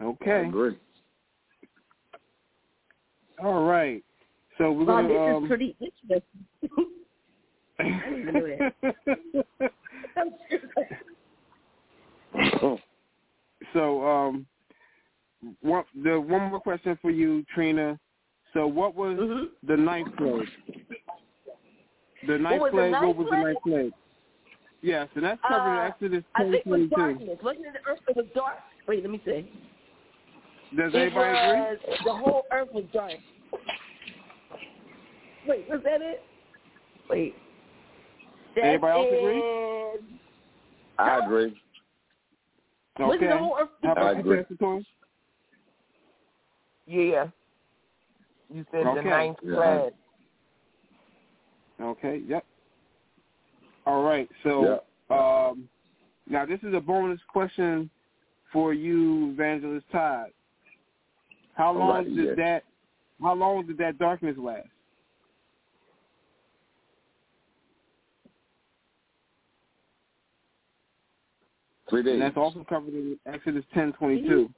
Speaker 3: I
Speaker 2: Okay.
Speaker 3: agree.
Speaker 2: All right. So we're
Speaker 5: Wow,
Speaker 2: gonna
Speaker 5: this
Speaker 2: um,
Speaker 5: is pretty interesting. didn't even know
Speaker 2: so um what the one more question for you, Trina. So what was
Speaker 5: Mhm.
Speaker 2: the ninth plague? The ninth
Speaker 5: was the
Speaker 2: plague,
Speaker 5: ninth
Speaker 2: what was the
Speaker 5: plague?
Speaker 2: ninth plague? Yes, and that's covered
Speaker 5: Uh,
Speaker 2: in Exodus
Speaker 5: I think it was
Speaker 2: 22.
Speaker 5: darkness. Wasn't it the earth that was dark? Wait, let me see.
Speaker 2: Does
Speaker 5: it
Speaker 2: everybody agree?
Speaker 5: was, the whole earth was dark. Wait, was that it? Wait. That
Speaker 2: Anybody else agree?
Speaker 5: is-
Speaker 3: I agree.
Speaker 5: Was it
Speaker 2: Okay. Uh,
Speaker 5: the whole earth?
Speaker 2: How
Speaker 3: I
Speaker 2: about you,
Speaker 3: agree.
Speaker 2: Pastor Torrance?
Speaker 4: Yeah. You said
Speaker 2: Okay.
Speaker 4: the ninth
Speaker 3: Yeah, I-
Speaker 4: plague.
Speaker 2: Okay, yep. All right, so
Speaker 3: Yeah.
Speaker 2: Um, now this is a bonus question for you, Evangelist Todd. How long
Speaker 3: Alrighty,
Speaker 2: did that? How long did that darkness last?
Speaker 3: Three days.
Speaker 2: And that's also covered in Exodus ten twenty two.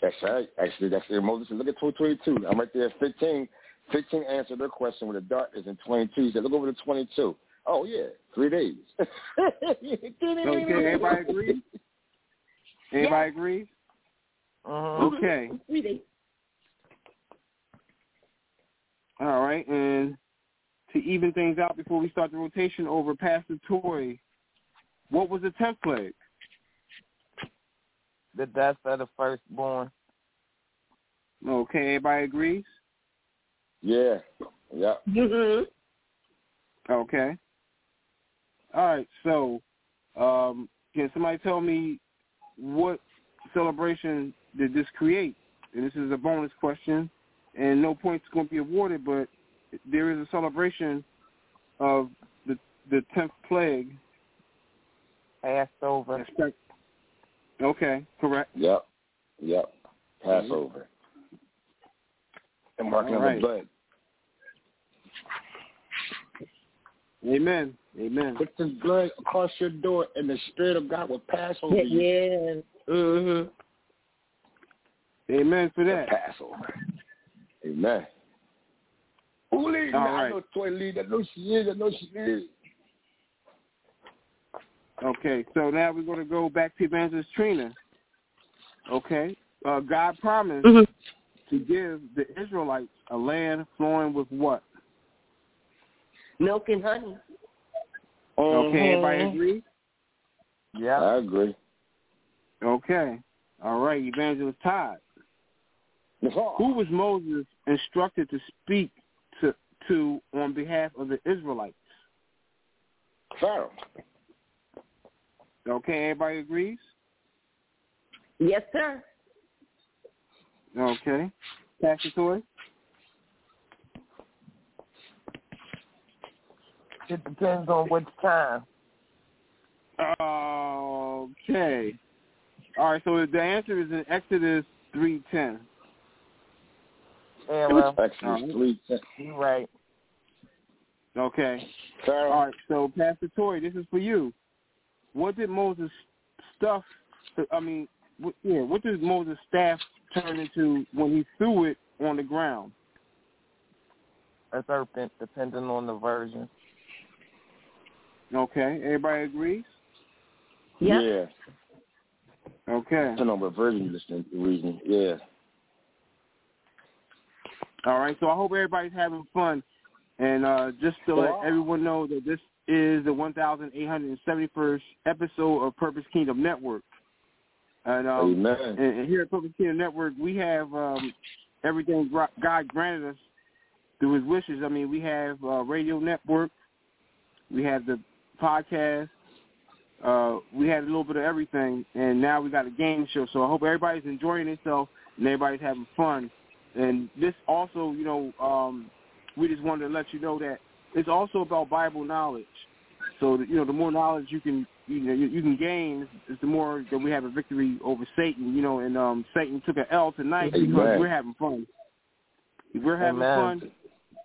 Speaker 3: That's right. Actually, that's it. Moses said, look at 222. I'm right there at 15. 15 answered their question with a dart is in 22. He said, look over to 22. Oh, yeah, three days.
Speaker 2: Okay, everybody agree? Everybody agrees?
Speaker 4: Mhm.
Speaker 2: Okay.
Speaker 5: Three days.
Speaker 2: All right, and to even things out before we start the rotation over, Pastor Toy, what was the tenth plague?
Speaker 4: The death of the firstborn.
Speaker 2: Okay, everybody agrees?
Speaker 3: yeah, yeah.
Speaker 5: Mm-hmm.
Speaker 2: Okay. All right. So, um, can somebody tell me what celebration did this create? And this is a bonus question, and no points going to be awarded, but there is a celebration of the the tenth plague.
Speaker 4: Passover.
Speaker 2: that's practiced- Okay, correct.
Speaker 3: Yep. Yep. Passover. And marking
Speaker 2: All
Speaker 3: of
Speaker 2: right.
Speaker 3: the blood.
Speaker 2: Amen. Amen.
Speaker 3: Put this blood across your door, and the Spirit of God will pass over you.
Speaker 5: Yeah. Mm-hmm.
Speaker 2: Amen for that.
Speaker 3: Passover. Amen. Who leads?
Speaker 2: All
Speaker 3: man? I
Speaker 2: right.
Speaker 3: know Toy leads. I know she is. I know she is.
Speaker 2: Okay, so now we're going to go back to Evangelist Trina. Okay, uh, God promised
Speaker 5: Mhm.
Speaker 2: to give the Israelites a land flowing with what?
Speaker 5: Milk and honey.
Speaker 2: Okay, everybody agree?
Speaker 4: Yep.
Speaker 3: I agree.
Speaker 2: Okay, all right, Evangelist Todd.
Speaker 3: Who
Speaker 2: Who was Moses instructed to speak to to on behalf of the Israelites?
Speaker 3: Pharaoh.
Speaker 2: Okay, everybody agrees?
Speaker 5: Yes, sir.
Speaker 2: Okay. Pastor Toy?
Speaker 4: It depends on which time.
Speaker 2: Okay. All right, so the answer is in Exodus 3.10.
Speaker 4: Yeah,
Speaker 3: It was
Speaker 4: well,
Speaker 2: Oh.
Speaker 3: actually three ten.
Speaker 4: you're right.
Speaker 2: Okay.
Speaker 3: Pharaoh.
Speaker 2: All right, so Pastor Toy, this is for you. What did Moses stuff? I mean, what, yeah, what did Moses' staff turn into when he threw it on the ground?
Speaker 4: A serpent, depending on the version.
Speaker 2: Okay, everybody agrees.
Speaker 5: Yes.
Speaker 3: Yeah.
Speaker 2: Okay,
Speaker 3: Depending on what version you're listening to, reading. Yeah.
Speaker 2: all right. So I hope everybody's having fun, and uh, just to
Speaker 3: Wow.
Speaker 2: let everyone know that this is the 1,871st episode of Purpose Kingdom Network, and um,
Speaker 3: Amen.
Speaker 2: And, and here at Public Kingdom Network, we have um, everything gr- God granted us through His wishes. I mean, we have uh, radio network, we have the podcast, uh, we had a little bit of everything, and now we got a game show. So I hope everybody's enjoying themselves and everybody's having fun. And this also, you know, um, we just wanted to let you know that it's also about Bible knowledge. So that, you know, the more knowledge you can you know you, you can gain, is the more that we have a victory over Satan. You know, and um, Satan took an L tonight
Speaker 3: Amen.
Speaker 2: because we're having fun. We're having
Speaker 4: Amen.
Speaker 2: fun,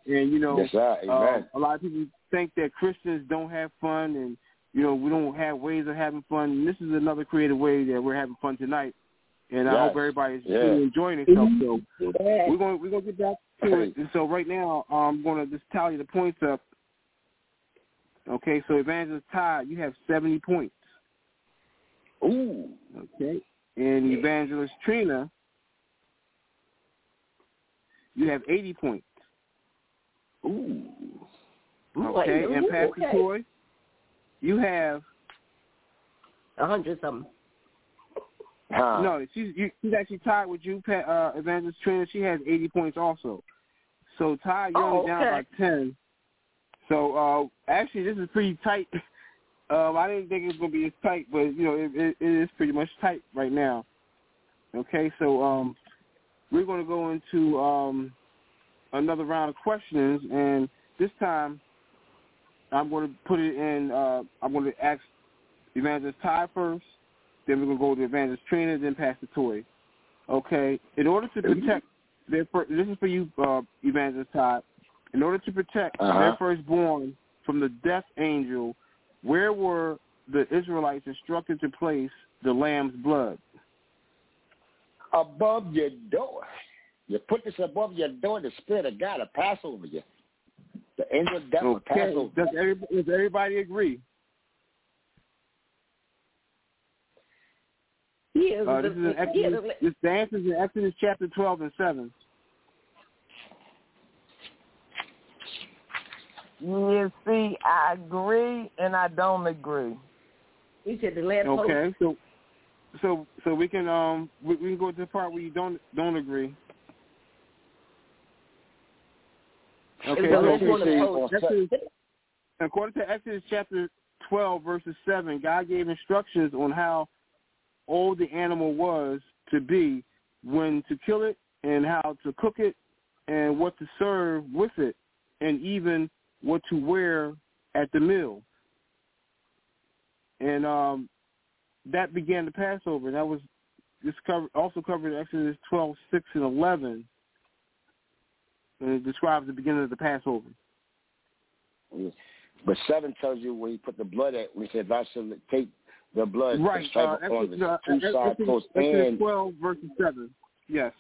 Speaker 2: and you know,
Speaker 3: Yes, sir. Amen.
Speaker 2: uh, a lot of people think that Christians don't have fun, and you know we don't have ways of having fun. And this is another creative way that we're having fun tonight, and I
Speaker 3: Yes.
Speaker 2: hope everybody's
Speaker 3: Yeah.
Speaker 2: really enjoying itself. So
Speaker 5: Yes.
Speaker 2: we're going we're going to get back to it. And so right now, I'm going to just tally the points up. Okay, so Evangelist Todd, you have 70 points.
Speaker 3: Ooh.
Speaker 2: Okay, and Evangelist Trina, you have 80 points.
Speaker 3: Ooh.
Speaker 5: Ooh,
Speaker 2: Okay,
Speaker 5: I-
Speaker 2: and
Speaker 5: ooh,
Speaker 2: Pastor
Speaker 5: okay.
Speaker 2: Toy, you have
Speaker 5: A hundred something. Uh-huh.
Speaker 3: Huh.
Speaker 2: No, she's you, she's actually tied with you, Pat, uh, Evangelist Trina. She has 80 points also. So Ty, you're
Speaker 5: Oh,
Speaker 2: only down
Speaker 5: okay.
Speaker 2: by 10. So uh, actually, this is pretty tight. Um, I didn't think it was gonna be as tight, but you know, it, it, it is pretty much tight right now. Okay, so um, we're gonna go into um, another round of questions, and this time I'm gonna put it in. Uh, I'm gonna ask Evangelist Ty first. Then we're gonna go to Evangelist Trina, then Pastor Toy. Okay. In order to protect their fir- this is for you, uh, Evangelist Todd. In order to protect
Speaker 3: Uh-huh.
Speaker 2: their firstborn from the death angel, where were the Israelites instructed to place the lamb's blood?
Speaker 3: Above your door. You put this above your door, the Spirit of God will pass over you. The angel of death will pass
Speaker 2: Okay.
Speaker 3: over
Speaker 2: Does everybody, does everybody agree?
Speaker 5: Yeah,
Speaker 2: Uh, this is in
Speaker 5: the- yeah,
Speaker 2: Exodus.
Speaker 5: the-
Speaker 2: This the answer is in Exodus chapter twelve and seven.
Speaker 4: You see, I agree and I don't agree.
Speaker 5: you said the lamp post.
Speaker 2: Okay. So, so, so we can um we, we can go to the part where you don't don't agree. Okay.
Speaker 5: the
Speaker 2: So,
Speaker 5: last one
Speaker 2: okay,
Speaker 5: of
Speaker 2: so
Speaker 3: those.
Speaker 2: Exodus, according to Exodus chapter twelve verses seven, God gave instructions on how old the animal was to be, when to kill it, and how to cook it, and what to serve with it, and even what to wear at the meal. And um, that began the Passover. That was this cover, also covered in Exodus 12, 6, and 11. And it describes the beginning of the Passover.
Speaker 3: you. But seven tells you where you put the blood at. We said, "Thou shalt take the blood
Speaker 2: Right.
Speaker 3: and
Speaker 2: Uh,
Speaker 3: strike it on
Speaker 2: Exodus,
Speaker 3: the
Speaker 2: uh,
Speaker 3: two side
Speaker 2: Exodus,
Speaker 3: posts
Speaker 2: Exodus
Speaker 3: and
Speaker 2: 12, verse 7. Yes.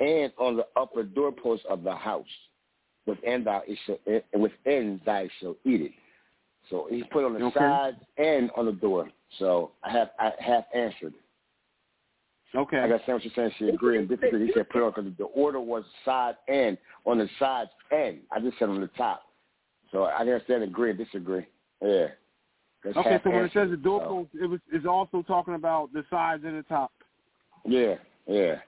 Speaker 3: and on the upper doorpost of the house. Within thy it shall, eh, within thy shall eat it. So he put on the
Speaker 2: Okay.
Speaker 3: sides and on the door. So I have I have answered.
Speaker 2: Okay.
Speaker 3: I got what you're saying. She agreed and different. He said put on because the order was side and on the sides and I just said on the top. So I understand agree and disagree. Yeah. That's
Speaker 2: Okay,
Speaker 3: half Oh.
Speaker 2: so when it says the
Speaker 3: answered. So,
Speaker 2: doorpost, it was is also talking about the sides and the top.
Speaker 3: yeah, yeah.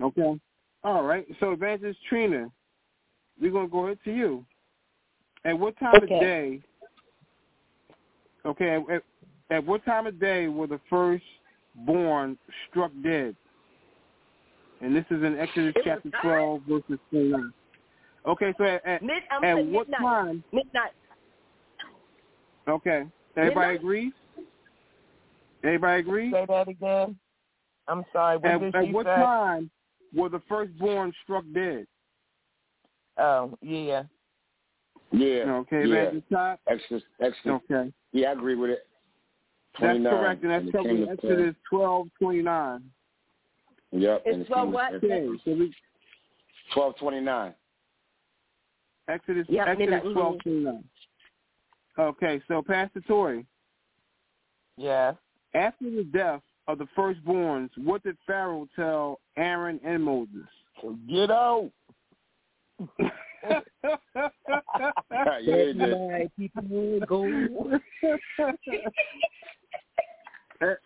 Speaker 2: Okay. All right. So Evangelist Trina, we're gonna go ahead to you. At what time
Speaker 5: Okay.
Speaker 2: of day Okay, at- at, at what time of day were the firstborn struck dead? And this is in Exodus
Speaker 5: It
Speaker 2: chapter
Speaker 5: was I.
Speaker 2: 12, verses 29. Okay, so at, at,
Speaker 5: Mid, I'm
Speaker 2: at
Speaker 5: saying
Speaker 2: what
Speaker 5: midnight.
Speaker 2: time?
Speaker 5: Midnight.
Speaker 2: Okay, everybody
Speaker 5: Midnight.
Speaker 2: agrees? Everybody agrees?
Speaker 4: Say that again. I'm sorry. What
Speaker 2: At,
Speaker 4: did
Speaker 2: at
Speaker 4: she
Speaker 2: what
Speaker 4: say?
Speaker 2: time were the firstborn struck dead?
Speaker 4: Oh, yeah.
Speaker 3: Yeah.
Speaker 2: Okay,
Speaker 3: Yeah.
Speaker 2: Evangelist Todd?
Speaker 3: Exodus. Exodus.
Speaker 2: Okay.
Speaker 3: Yeah, I agree with it.
Speaker 2: That's
Speaker 3: 29.
Speaker 2: correct, and that's
Speaker 3: it came
Speaker 2: covering
Speaker 3: to
Speaker 2: Exodus twelve twenty nine.
Speaker 3: 10. Yep. and
Speaker 5: It's
Speaker 3: it came
Speaker 5: 12
Speaker 3: to
Speaker 5: what?
Speaker 3: 10.
Speaker 2: Okay, so we,
Speaker 3: 1229.
Speaker 2: Exodus
Speaker 5: Yeah,
Speaker 2: Exodus
Speaker 5: midnight, mhm.
Speaker 2: twelve twenty nine. Okay, so Pastor Tory,
Speaker 4: Yeah.
Speaker 2: after the death of the firstborns, what did Pharaoh tell Aaron and Moses?
Speaker 4: Get out.
Speaker 3: yeah, it did.
Speaker 5: My people go.
Speaker 2: E-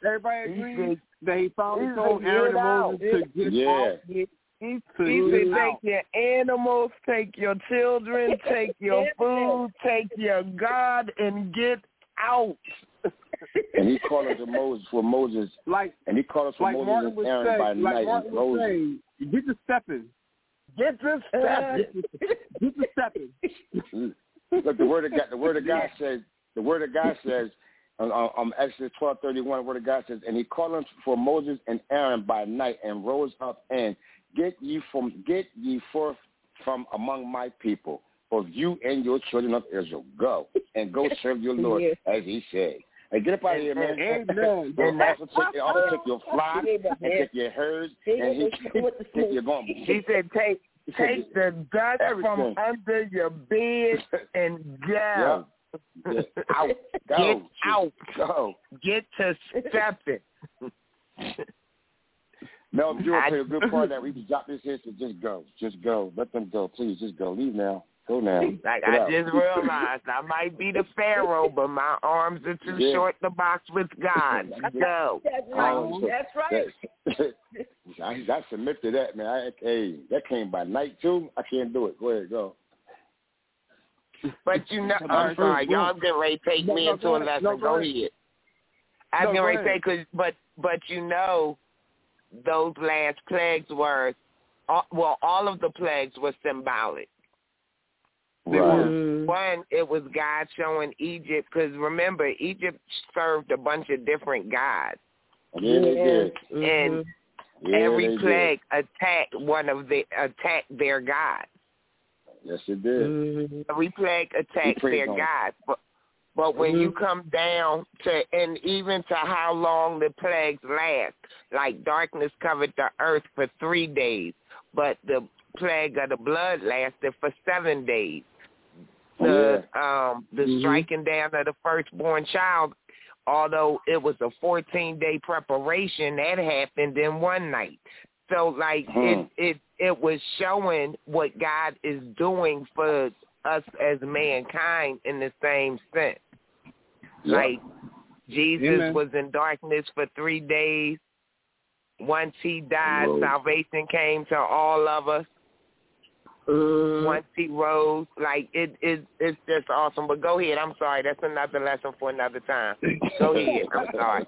Speaker 2: Everybody
Speaker 4: He
Speaker 2: agrees
Speaker 4: said-
Speaker 2: that he finally
Speaker 4: he
Speaker 2: told
Speaker 4: said,
Speaker 2: Aaron
Speaker 4: "Get out.
Speaker 2: and Moses to get
Speaker 3: Yeah.
Speaker 2: out.
Speaker 4: He, he,
Speaker 2: So
Speaker 4: he
Speaker 2: you
Speaker 4: said,
Speaker 2: out.
Speaker 4: take your animals, take your children, take your food, take your God, and get out.
Speaker 3: And he called us to Moses for Moses.
Speaker 2: Like
Speaker 3: And he called us for
Speaker 2: like
Speaker 3: Moses
Speaker 2: Martin
Speaker 3: and
Speaker 2: would
Speaker 3: Aaron
Speaker 2: say,
Speaker 3: by
Speaker 2: like
Speaker 3: night.
Speaker 2: Martin
Speaker 3: And
Speaker 2: would
Speaker 3: Moses.
Speaker 2: say, get the stepping,
Speaker 4: Get this stuff.
Speaker 2: get the stepping.
Speaker 3: Look, the word of God. The word of God says. The word of God says. Um, um, Exodus twelve thirty one. The word of God says, and he called unto for Moses and Aaron by night, and rose up and get ye from get ye forth from among my people, both you and your children of Israel. Go and go serve your Lord,
Speaker 5: Yes.
Speaker 3: as he said. And get up out of here, man.
Speaker 2: Amen.
Speaker 3: And also took, it also took your flocks and took your herds, and he took your going.
Speaker 4: He said, take
Speaker 3: he took
Speaker 4: take the dust
Speaker 3: Everything.
Speaker 4: from under your bed and go.
Speaker 3: Yeah. Get out. Go.
Speaker 4: Get out.
Speaker 3: Go.
Speaker 4: Get to stepping.
Speaker 3: Mel Jewell
Speaker 4: I-
Speaker 3: played a good part that we just dropped this here. So just go. Just go. Let them go. Please, just go. Leave now. Go now.
Speaker 4: Like
Speaker 3: Get
Speaker 4: I
Speaker 3: out.
Speaker 4: just realized I might be the pharaoh, but my arms are too
Speaker 3: Yeah.
Speaker 4: short to box with God. Go.
Speaker 5: That's
Speaker 3: Oh,
Speaker 5: right. That's right.
Speaker 3: That- I, I submit to that, man. I, hey, that came by night too. I can't do it. Go ahead, go.
Speaker 4: But you know,
Speaker 2: All
Speaker 4: I'm
Speaker 2: right,
Speaker 4: sorry,
Speaker 2: go ahead.
Speaker 4: y'all getting ready to take
Speaker 2: No,
Speaker 4: me
Speaker 2: no,
Speaker 4: into
Speaker 2: go
Speaker 4: a
Speaker 2: ahead.
Speaker 4: lesson.
Speaker 2: No, go
Speaker 4: go
Speaker 2: ahead.
Speaker 4: ahead. I
Speaker 2: No,
Speaker 4: was
Speaker 2: go
Speaker 4: getting ready to say,
Speaker 2: ahead.
Speaker 4: 'cause- but but you know, those last plagues were, all, well, all of the plagues were symbolic.
Speaker 3: Right.
Speaker 2: Mm-hmm.
Speaker 4: One, it was God showing Egypt, because remember, Egypt served a bunch of different gods,
Speaker 3: Yeah, they did.
Speaker 2: Mm-hmm.
Speaker 4: and
Speaker 3: Yeah, they
Speaker 4: every
Speaker 3: did.
Speaker 4: plague attacked one of the attacked their gods.
Speaker 3: Yes, it did.
Speaker 4: Every plague attacked
Speaker 3: praise Mm-hmm.
Speaker 4: their
Speaker 3: on.
Speaker 4: gods. But but when you come down to and even to how long the plagues last, like darkness covered the earth for three days, but the plague of the blood lasted for seven days. The um the
Speaker 3: Mm-hmm.
Speaker 4: striking down of the firstborn child, although it was a fourteen day preparation, that happened in one night. So like
Speaker 3: Hmm.
Speaker 4: it it it was showing what God is doing for us as mankind in the same sense.
Speaker 3: Yeah.
Speaker 4: Like Jesus
Speaker 2: Amen.
Speaker 4: was in darkness for three days. Once he died,
Speaker 3: Whoa.
Speaker 4: salvation came to all of us.
Speaker 3: Hmm.
Speaker 4: Once he rose, like it, it, it's just awesome. But go ahead. I'm sorry. That's another lesson for another time. Go ahead. I'm sorry.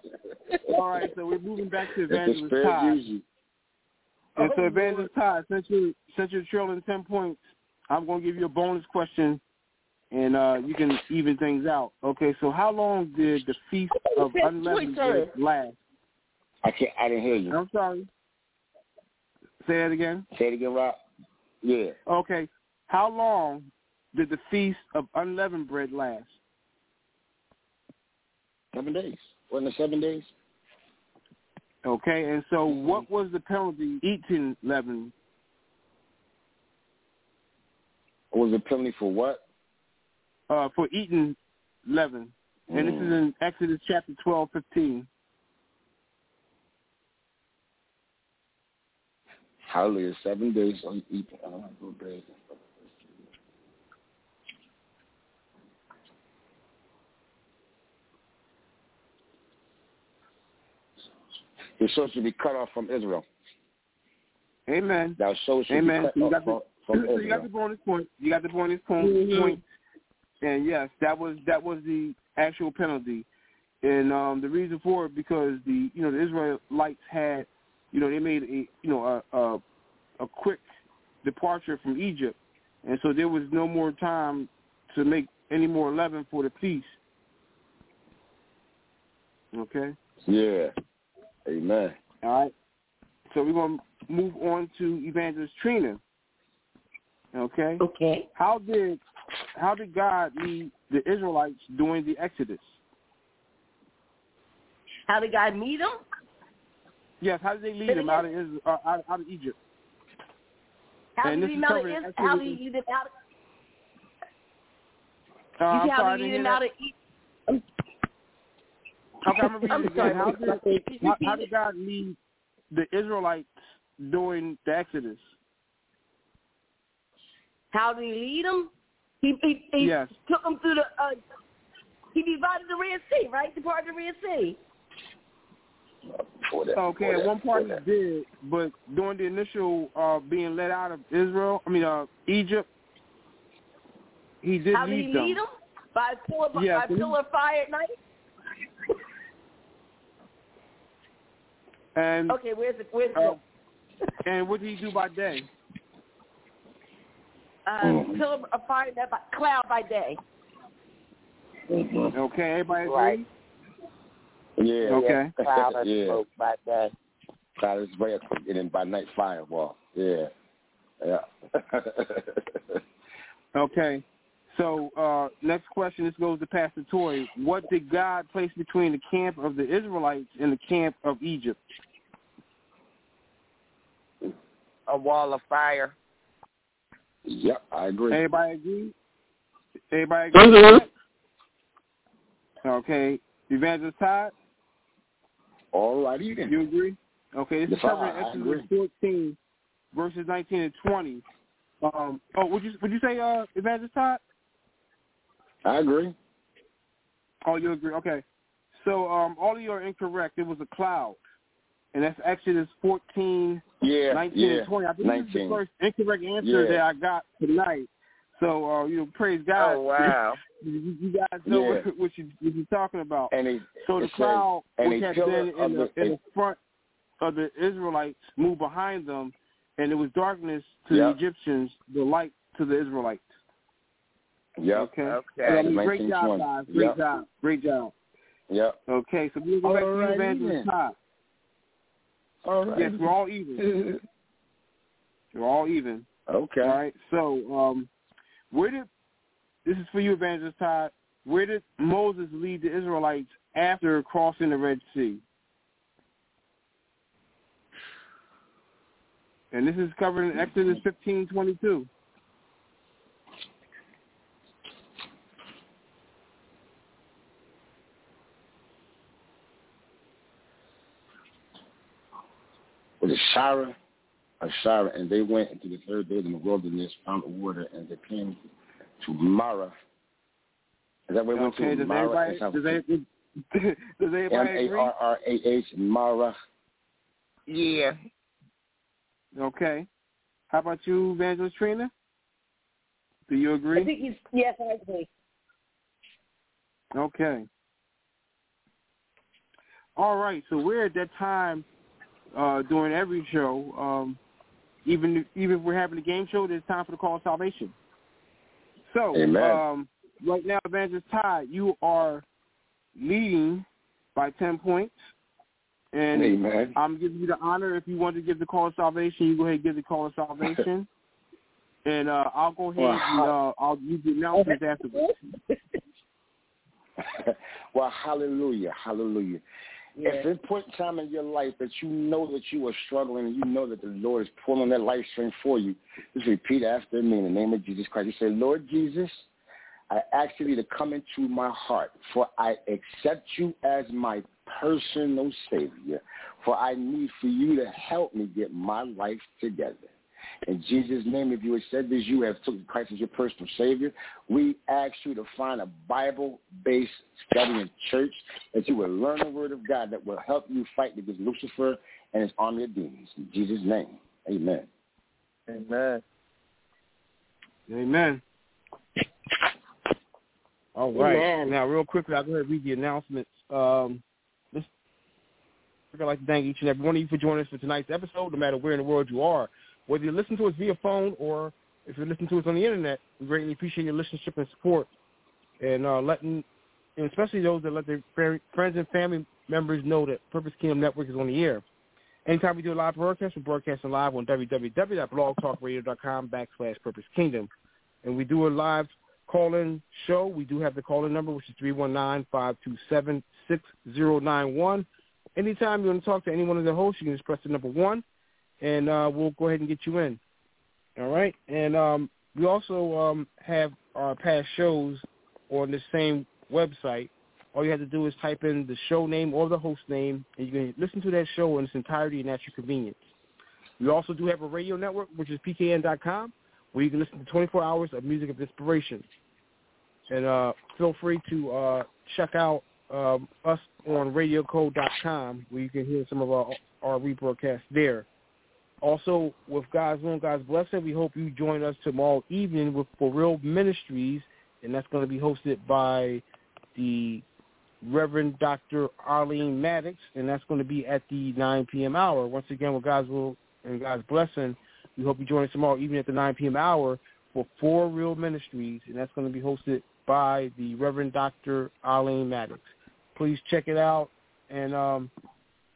Speaker 2: All right, so we're moving back to
Speaker 3: It's a
Speaker 2: Evangelist
Speaker 3: spare
Speaker 2: Todd.
Speaker 3: music.
Speaker 2: And so Evangelist Todd, since you since you're trailing ten points, I'm gonna give you a bonus question, and uh, you can even things out. Okay, so how long did the feast
Speaker 3: Oh,
Speaker 2: of
Speaker 5: That's
Speaker 2: unleavened
Speaker 5: my turn.
Speaker 2: bread last?
Speaker 3: I can't. I didn't hear you.
Speaker 2: I'm sorry. Say that again.
Speaker 3: Say it again, Rob. Yeah.
Speaker 2: Okay, how long did the feast of unleavened bread last?
Speaker 3: Seven days. Wasn't it seven days?
Speaker 2: Okay, and so what was the penalty eating leaven?
Speaker 3: Or was it penalty for what?
Speaker 2: Uh, for eating leaven, and this is
Speaker 3: Mm.
Speaker 2: in Exodus chapter twelve, fifteen.
Speaker 3: Hallelujah. Seven days Oh, on eat. I don't have no bread. You're supposed to be cut off from Israel.
Speaker 2: Amen.
Speaker 3: Thou soul should
Speaker 2: Amen.
Speaker 3: be
Speaker 2: So you
Speaker 3: cut
Speaker 2: got
Speaker 3: off
Speaker 2: the,
Speaker 3: from, from
Speaker 2: so you got the
Speaker 3: Israel.
Speaker 2: bonus point. You got the bonus point,
Speaker 5: Mhm.
Speaker 2: point. And yes, that was that was the actual penalty. And um, the reason for it because the you know the Israelites had you know they made a you know a a, a quick departure from Egypt, and so there was no more time to make any more leaven for the feast. Okay.
Speaker 3: Yeah. Amen.
Speaker 2: All right. So we're gonna move on to Evangelist Trina. Okay.
Speaker 5: Okay.
Speaker 2: How did how did God lead the Israelites during the Exodus?
Speaker 5: How did God meet them?
Speaker 2: Yes. How did they
Speaker 5: Say it
Speaker 2: lead them out of
Speaker 5: again.
Speaker 2: Israel, uh, out, out of Egypt?
Speaker 5: How
Speaker 2: And
Speaker 5: did
Speaker 2: this
Speaker 5: he
Speaker 2: is
Speaker 5: know
Speaker 2: covered in
Speaker 5: Israel? How did
Speaker 2: Exodus.
Speaker 5: you did out?
Speaker 2: Uh,
Speaker 5: You
Speaker 2: I'm
Speaker 5: see how
Speaker 2: sorry,
Speaker 5: they
Speaker 2: I
Speaker 5: lead
Speaker 2: didn't hear
Speaker 5: them
Speaker 2: that.
Speaker 5: out of Egypt?
Speaker 2: Okay, I'm gonna read it
Speaker 5: I'm
Speaker 2: again.
Speaker 5: sorry.
Speaker 2: How
Speaker 5: Mr.
Speaker 2: did,
Speaker 5: Buffett. Could you
Speaker 2: how, how
Speaker 5: repeat
Speaker 2: did
Speaker 5: it?
Speaker 2: God lead the Israelites during the Exodus?
Speaker 5: How did he lead them? He he, he
Speaker 2: Yes.
Speaker 5: took them through the. Uh, he divided the Red Sea, right? Departed the Red Sea.
Speaker 3: Before that,
Speaker 2: Okay,
Speaker 3: before
Speaker 2: at
Speaker 3: that,
Speaker 2: one part he
Speaker 3: before that.
Speaker 2: did, but during the initial uh, being let out of Israel, I mean uh, Egypt, he did
Speaker 5: How did he
Speaker 2: lead them.
Speaker 5: lead them? By a pillar, by,
Speaker 2: Yeah,
Speaker 5: by a
Speaker 2: so he-
Speaker 5: pillar of fire at night.
Speaker 2: And
Speaker 5: Okay, where's the where's
Speaker 2: uh,
Speaker 5: the
Speaker 2: and what did he do by day?
Speaker 5: uh, pillar of fire that by, cloud by day?
Speaker 3: Mhm.
Speaker 2: Okay, everybody agree?
Speaker 4: Right.
Speaker 3: Yeah.
Speaker 2: Okay.
Speaker 4: Cloud and
Speaker 3: yeah.
Speaker 4: smoke by day.
Speaker 3: Cloud is way up, and then by night firewall. Yeah. Yeah.
Speaker 2: Okay. So uh, next question. This goes to Pastor Toy. What did God place between the camp of the Israelites and the camp of Egypt?
Speaker 4: A wall of fire.
Speaker 3: yep. I agree.
Speaker 2: Everybody agree? Everybody agree? with that? Okay. Evangelist Todd,
Speaker 3: All righty then.
Speaker 2: you agree? Okay. This is
Speaker 3: Yes, I-
Speaker 2: covering
Speaker 3: I
Speaker 2: Exodus 14, verses 19 and 20. Um, oh, would you would you say uh, Evangelist Todd?
Speaker 3: I agree.
Speaker 2: Oh, you agree? Okay. So um, all of you are incorrect. It was a cloud, and that's Exodus 14,
Speaker 3: Yeah.
Speaker 2: 19
Speaker 3: yeah.
Speaker 2: and 20. I think this is
Speaker 3: 19.
Speaker 2: the first incorrect answer
Speaker 3: Yeah.
Speaker 2: that I got tonight. So, uh, you know, praise God.
Speaker 4: Oh wow.
Speaker 2: you, you guys know
Speaker 3: Yeah.
Speaker 2: what, what, you, what you're talking about.
Speaker 3: And it,
Speaker 2: So the
Speaker 3: it says,
Speaker 2: crowd,
Speaker 3: and
Speaker 2: which
Speaker 3: a
Speaker 2: had
Speaker 3: pillar
Speaker 2: been
Speaker 3: of
Speaker 2: in the,
Speaker 3: the-
Speaker 2: in the front of the Israelites, moved behind them, and it was darkness to
Speaker 3: Yeah.
Speaker 2: the Egyptians, the light to the Israelites.
Speaker 3: Yep.
Speaker 2: Okay.
Speaker 4: Okay.
Speaker 2: I mean, great job,
Speaker 3: 1920.
Speaker 2: guys. Great
Speaker 3: Yeah.
Speaker 2: job. Great job.
Speaker 3: Yep.
Speaker 2: Okay, so we'll go back to
Speaker 3: Alrighty
Speaker 2: you, Evangelist
Speaker 3: then.
Speaker 2: Todd.
Speaker 3: All right.
Speaker 2: Yes, we're all even. We're all even.
Speaker 3: okay.
Speaker 2: All right. So, um, where did this is for you, Evangelist Todd? Where did Moses lead the Israelites after crossing the Red Sea? And this is covered in Exodus fifteen twenty two.
Speaker 3: With a Shira, a Shira, and they went into the third day in the wilderness, found water, and they came to Mara. Is that where it went
Speaker 2: Okay.
Speaker 3: to?
Speaker 2: Does
Speaker 3: Mara.
Speaker 2: everybody
Speaker 3: is
Speaker 2: does,
Speaker 3: that-
Speaker 2: everybody, does everybody agree?
Speaker 3: M-A-R-R-A-H, Mara.
Speaker 4: Yeah.
Speaker 2: Okay. How about you, Evangelist Trina? Do you
Speaker 5: I
Speaker 2: agree?
Speaker 5: think he's yes, I agree.
Speaker 2: Okay. All right. So we're at that time uh, during every show. Um, even even if we're having a game show, there's time for the call of salvation. So
Speaker 3: Amen.
Speaker 2: um, right now, Evangelist Todd, you are leading by ten points, and
Speaker 3: Amen.
Speaker 2: I'm giving you the honor. If you want to give the call of salvation, you go ahead and give the call of salvation, and uh, I'll go ahead and uh, I'll you the announcements afterwards.
Speaker 3: well, hallelujah, hallelujah. At this point in time in your life that you know that you are struggling and you know that the Lord is pulling that life string for you, just repeat after me in the name of Jesus Christ. You say, Lord Jesus, I ask you to come into my heart, for I accept you as my personal Savior, for I need for you to help me get my life together. In Jesus' name, if you have said this, you have took Christ as your personal Savior. We ask you to find a Bible-based study in church that you will learn the Word of God that will help you fight against Lucifer and his army of demons. In Jesus' name, amen.
Speaker 4: Amen.
Speaker 2: Amen. All right.
Speaker 5: Amen.
Speaker 2: Now, real quickly, I'll go ahead and read the announcements. Um, this, I'd like to thank each and every one of you for joining us for tonight's episode, no matter where in the world you are. Whether you listen to us via phone or if you're listening to us on the internet, we greatly appreciate your listenership and support. And uh, letting, and especially those that let their fri- friends and family members know that Purpose Kingdom Network is on the air. Anytime we do a live broadcast, we're broadcasting live on www.blogtalkradio.com backslash Purpose Kingdom. And we do a live call-in show. We do have the call-in number, which is 319-527-6091. Anytime you want to talk to any one of the hosts, you can just press the number one, and uh, we'll go ahead and get you in. All right? And um, we also um, have our past shows on the same website. All you have to do is type in the show name or the host name, and you can listen to that show in its entirety and at your convenience. We also do have a radio network, which is pkn.com, where you can listen to 24 hours of music of inspiration. And uh, feel free to uh, check out um, us on radiocode.com, where you can hear some of our, our rebroadcasts there. Also, with God's will and God's blessing, we hope you join us tomorrow evening with For Real Ministries, and that's going to be hosted by the Reverend Dr. Arlene Maddox, and that's going to be at the 9 p.m. hour. Once again, with God's will and God's blessing, we hope you join us tomorrow evening at the 9 p.m. hour for Four Real Ministries, and that's going to be hosted by the Reverend Dr. Arlene Maddox. Please check it out, and um,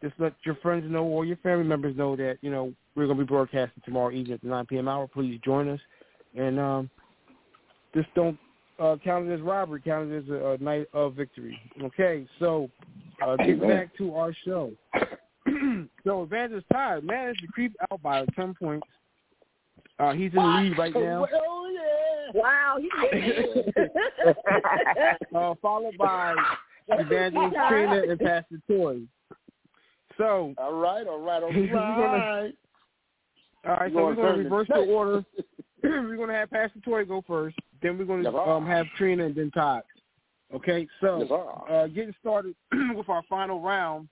Speaker 2: just let your friends know or your family members know that, you know, we're going to be broadcasting tomorrow evening at the 9 p.m. hour. Please join us, and um, just don't uh, count it as robbery, count it as a, a night of victory. Okay, so uh, get
Speaker 3: Amen.
Speaker 2: back to our show. so Evangelist Todd managed to creep out by 10 points. Uh, he's in the lead right now,
Speaker 3: Oh, yeah.
Speaker 5: Wow, he did it.
Speaker 2: uh, followed by Evangelist Trina and Pastor Toy. So,
Speaker 3: All right, all right, all right.
Speaker 2: all right, so
Speaker 3: You're
Speaker 2: we're going to
Speaker 3: turning.
Speaker 2: reverse the order. we're going to have Pastor Toy go first, then we're going to
Speaker 3: Yes,
Speaker 2: um, have Trina and then Todd. Okay, so
Speaker 3: Yes, sir.
Speaker 2: uh, getting started with our final round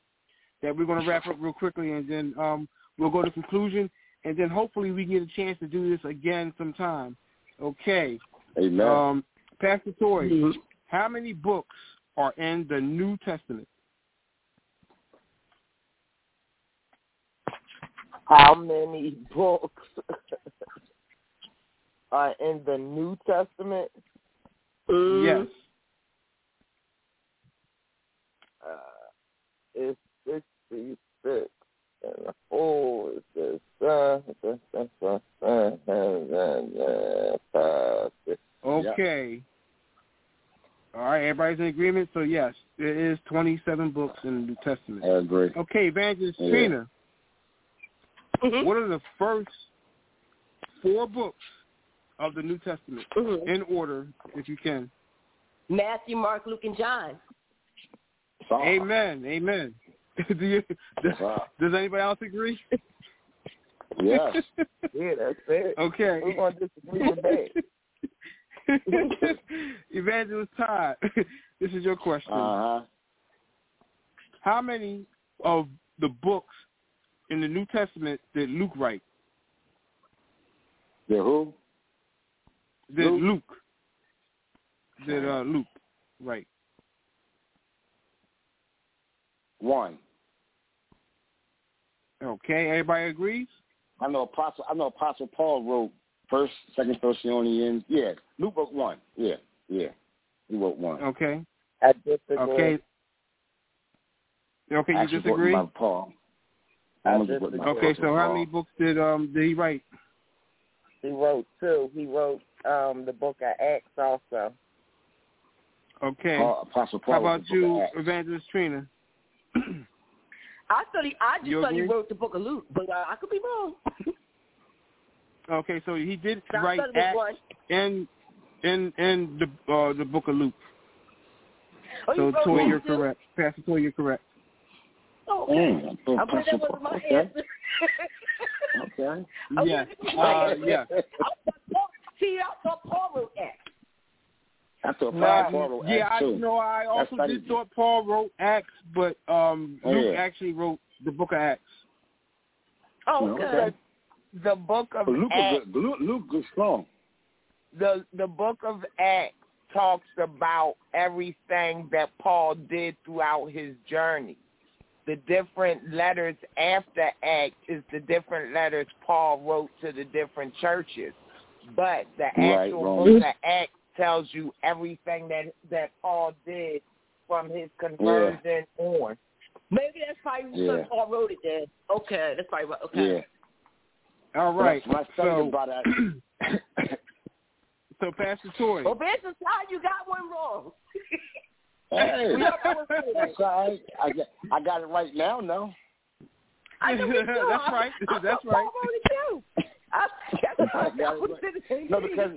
Speaker 2: that we're going to wrap up real quickly, and then um, we'll go to conclusion, and then hopefully we get a chance to do this again sometime. Okay,
Speaker 3: Amen.
Speaker 2: um, Pastor Toy,
Speaker 5: Mhm.
Speaker 2: how many books are in the New Testament?
Speaker 4: How many books are in the New Testament?
Speaker 5: Mm.
Speaker 2: Yes,
Speaker 4: Uh, it's sixty-six. And oh, the whole is the sun, the sun, the sun, and then, uh, five, six.
Speaker 2: Okay. All right, everybody's in agreement. So yes, there is 27 books in the New Testament.
Speaker 3: I agree.
Speaker 2: Okay, Evangelist
Speaker 3: Yeah.
Speaker 2: Trina,
Speaker 5: Mhm.
Speaker 2: what are the first four books of the New Testament
Speaker 5: Mhm.
Speaker 2: in order, if you can?
Speaker 5: Matthew, Mark, Luke, and John.
Speaker 3: Song.
Speaker 2: Amen. Amen. Do you, does,
Speaker 3: Wow.
Speaker 2: does anybody else agree?
Speaker 3: Yes.
Speaker 4: Yeah, that's it.
Speaker 2: okay.
Speaker 4: We're going to disagree today.
Speaker 2: Evangelist Todd, this is your question.
Speaker 3: Uh-huh.
Speaker 2: How many of the books in the New Testament did Luke write?
Speaker 3: The who?
Speaker 2: Did Luke?
Speaker 3: Luke.
Speaker 2: Did uh, Luke write?
Speaker 3: One.
Speaker 2: Okay, everybody agrees?
Speaker 3: I know Apostle. I know Apostle Paul wrote First, Second Thessalonians. Yeah, Luke wrote one. Yeah, yeah, he wrote one.
Speaker 2: Okay.
Speaker 4: I disagree.
Speaker 2: Okay. Okay, you
Speaker 3: Actually,
Speaker 2: disagree?
Speaker 3: Wrote by Paul.
Speaker 4: I
Speaker 3: I'm gonna
Speaker 4: disagree.
Speaker 3: put my
Speaker 2: Okay, so
Speaker 3: Paul.
Speaker 2: how many books did um did he write?
Speaker 4: He wrote two. He wrote um the book of Acts also.
Speaker 2: Okay.
Speaker 3: Paul, Apostle Paul.
Speaker 2: How about
Speaker 3: wrote the book of
Speaker 2: you,
Speaker 3: Acts.
Speaker 2: Evangelist Trina?
Speaker 5: I thought he, I just
Speaker 2: You
Speaker 5: thought he
Speaker 2: agree?
Speaker 5: wrote the book of Luke, but uh, I could be wrong.
Speaker 2: Okay, so he did
Speaker 5: I
Speaker 2: write
Speaker 5: thought it was
Speaker 2: Acts
Speaker 5: one.
Speaker 2: and in in the uh, the book of Luke.
Speaker 5: Oh, you
Speaker 2: So
Speaker 5: wrote
Speaker 2: Toy,
Speaker 5: Luke
Speaker 2: you're
Speaker 5: too?
Speaker 2: correct. Pastor Toy, you're correct.
Speaker 5: Oh, okay.
Speaker 3: Mm, I thought
Speaker 5: I'm glad
Speaker 3: Apostle
Speaker 5: that wasn't
Speaker 3: Paul-
Speaker 5: my
Speaker 3: okay.
Speaker 5: answer.
Speaker 3: Okay.
Speaker 5: Oh,
Speaker 2: Yes.
Speaker 5: you didn't
Speaker 2: Uh,
Speaker 5: write it.
Speaker 2: yes.
Speaker 5: I thought Paul, see, I thought Paul wrote Acts.
Speaker 3: I thought
Speaker 2: Nah,
Speaker 3: Paul wrote
Speaker 2: yeah,
Speaker 3: Acts
Speaker 2: I
Speaker 3: too.
Speaker 2: know. I also
Speaker 3: That's
Speaker 2: did
Speaker 3: funny.
Speaker 2: thought Paul wrote Acts, but um,
Speaker 3: Oh,
Speaker 2: Luke
Speaker 3: yeah.
Speaker 2: actually wrote the book of Acts.
Speaker 5: Oh,
Speaker 3: Okay.
Speaker 5: good.
Speaker 4: The book of
Speaker 3: But Luke, was
Speaker 4: Acts.
Speaker 3: good. Luke, Luke was strong.
Speaker 4: The the book of Acts talks about everything that Paul did throughout his journey. The different letters after Act is the different letters Paul wrote to the different churches. But the
Speaker 3: Right,
Speaker 4: actual
Speaker 3: wrong.
Speaker 4: book of Acts tells you everything that, that Paul did from his conversion on.
Speaker 5: Maybe that's probably
Speaker 3: Yeah.
Speaker 5: because Paul wrote it then. Okay, that's probably what. Okay.
Speaker 3: Yeah.
Speaker 2: All right.
Speaker 3: My son
Speaker 2: so,
Speaker 3: about that.
Speaker 2: so Pastor Toy.
Speaker 5: Well, bitch, it's not you got one wrong.
Speaker 3: hey,
Speaker 5: We all got one
Speaker 3: that's
Speaker 5: wrong.
Speaker 3: all right. I got, I got it right now, no?
Speaker 5: I know we do.
Speaker 2: That's right.
Speaker 5: I, I,
Speaker 2: That's
Speaker 5: I, Paul
Speaker 2: right.
Speaker 5: wrote it too. I, that's
Speaker 3: I
Speaker 5: what I
Speaker 3: got it
Speaker 5: was
Speaker 3: right.
Speaker 5: thinking.
Speaker 3: No, because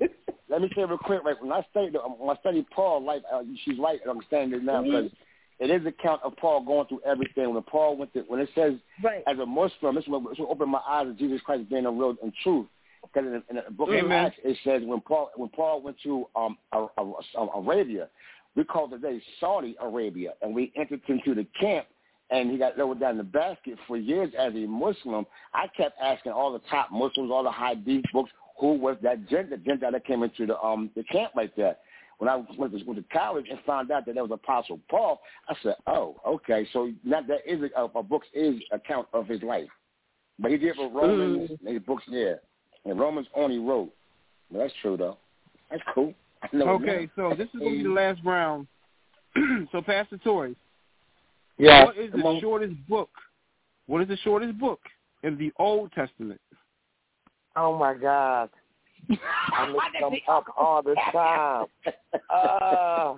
Speaker 3: let me say real quick, right? When I studied, when I studied Paul, life, uh, she's right. and I'm saying it now because it is account of Paul going through everything. When Paul went to, when it says
Speaker 5: right.
Speaker 3: as a Muslim, this will, this will open my eyes to Jesus Christ being the real and truth. Because in, the- in the book of
Speaker 2: Amen.
Speaker 3: Acts, it says when Paul when Paul went to um Ar- Ar- Ar- Arabia, we call today Saudi Arabia, and we entered into the camp, and he got lowered down in the basket for years as a Muslim. I kept asking all the top Muslims, all the hadith books, who was that gender gender that came into the um the camp like that. When I went to, went to college and found out that that was Apostle Paul, I said, "Oh, okay." So now that is a, a book is account of his life, but he did with Romans.
Speaker 2: Mm.
Speaker 3: and His books, yeah, and Romans only wrote. But that's true though. That's cool. I know it now.
Speaker 2: Okay, so this is gonna be the last round. so Pastor Toy,
Speaker 3: Yeah.
Speaker 2: what is
Speaker 3: come
Speaker 2: the
Speaker 3: on.
Speaker 2: shortest book? What is the shortest book in the Old Testament?
Speaker 4: Oh my God. I mix them up all the time. Uh,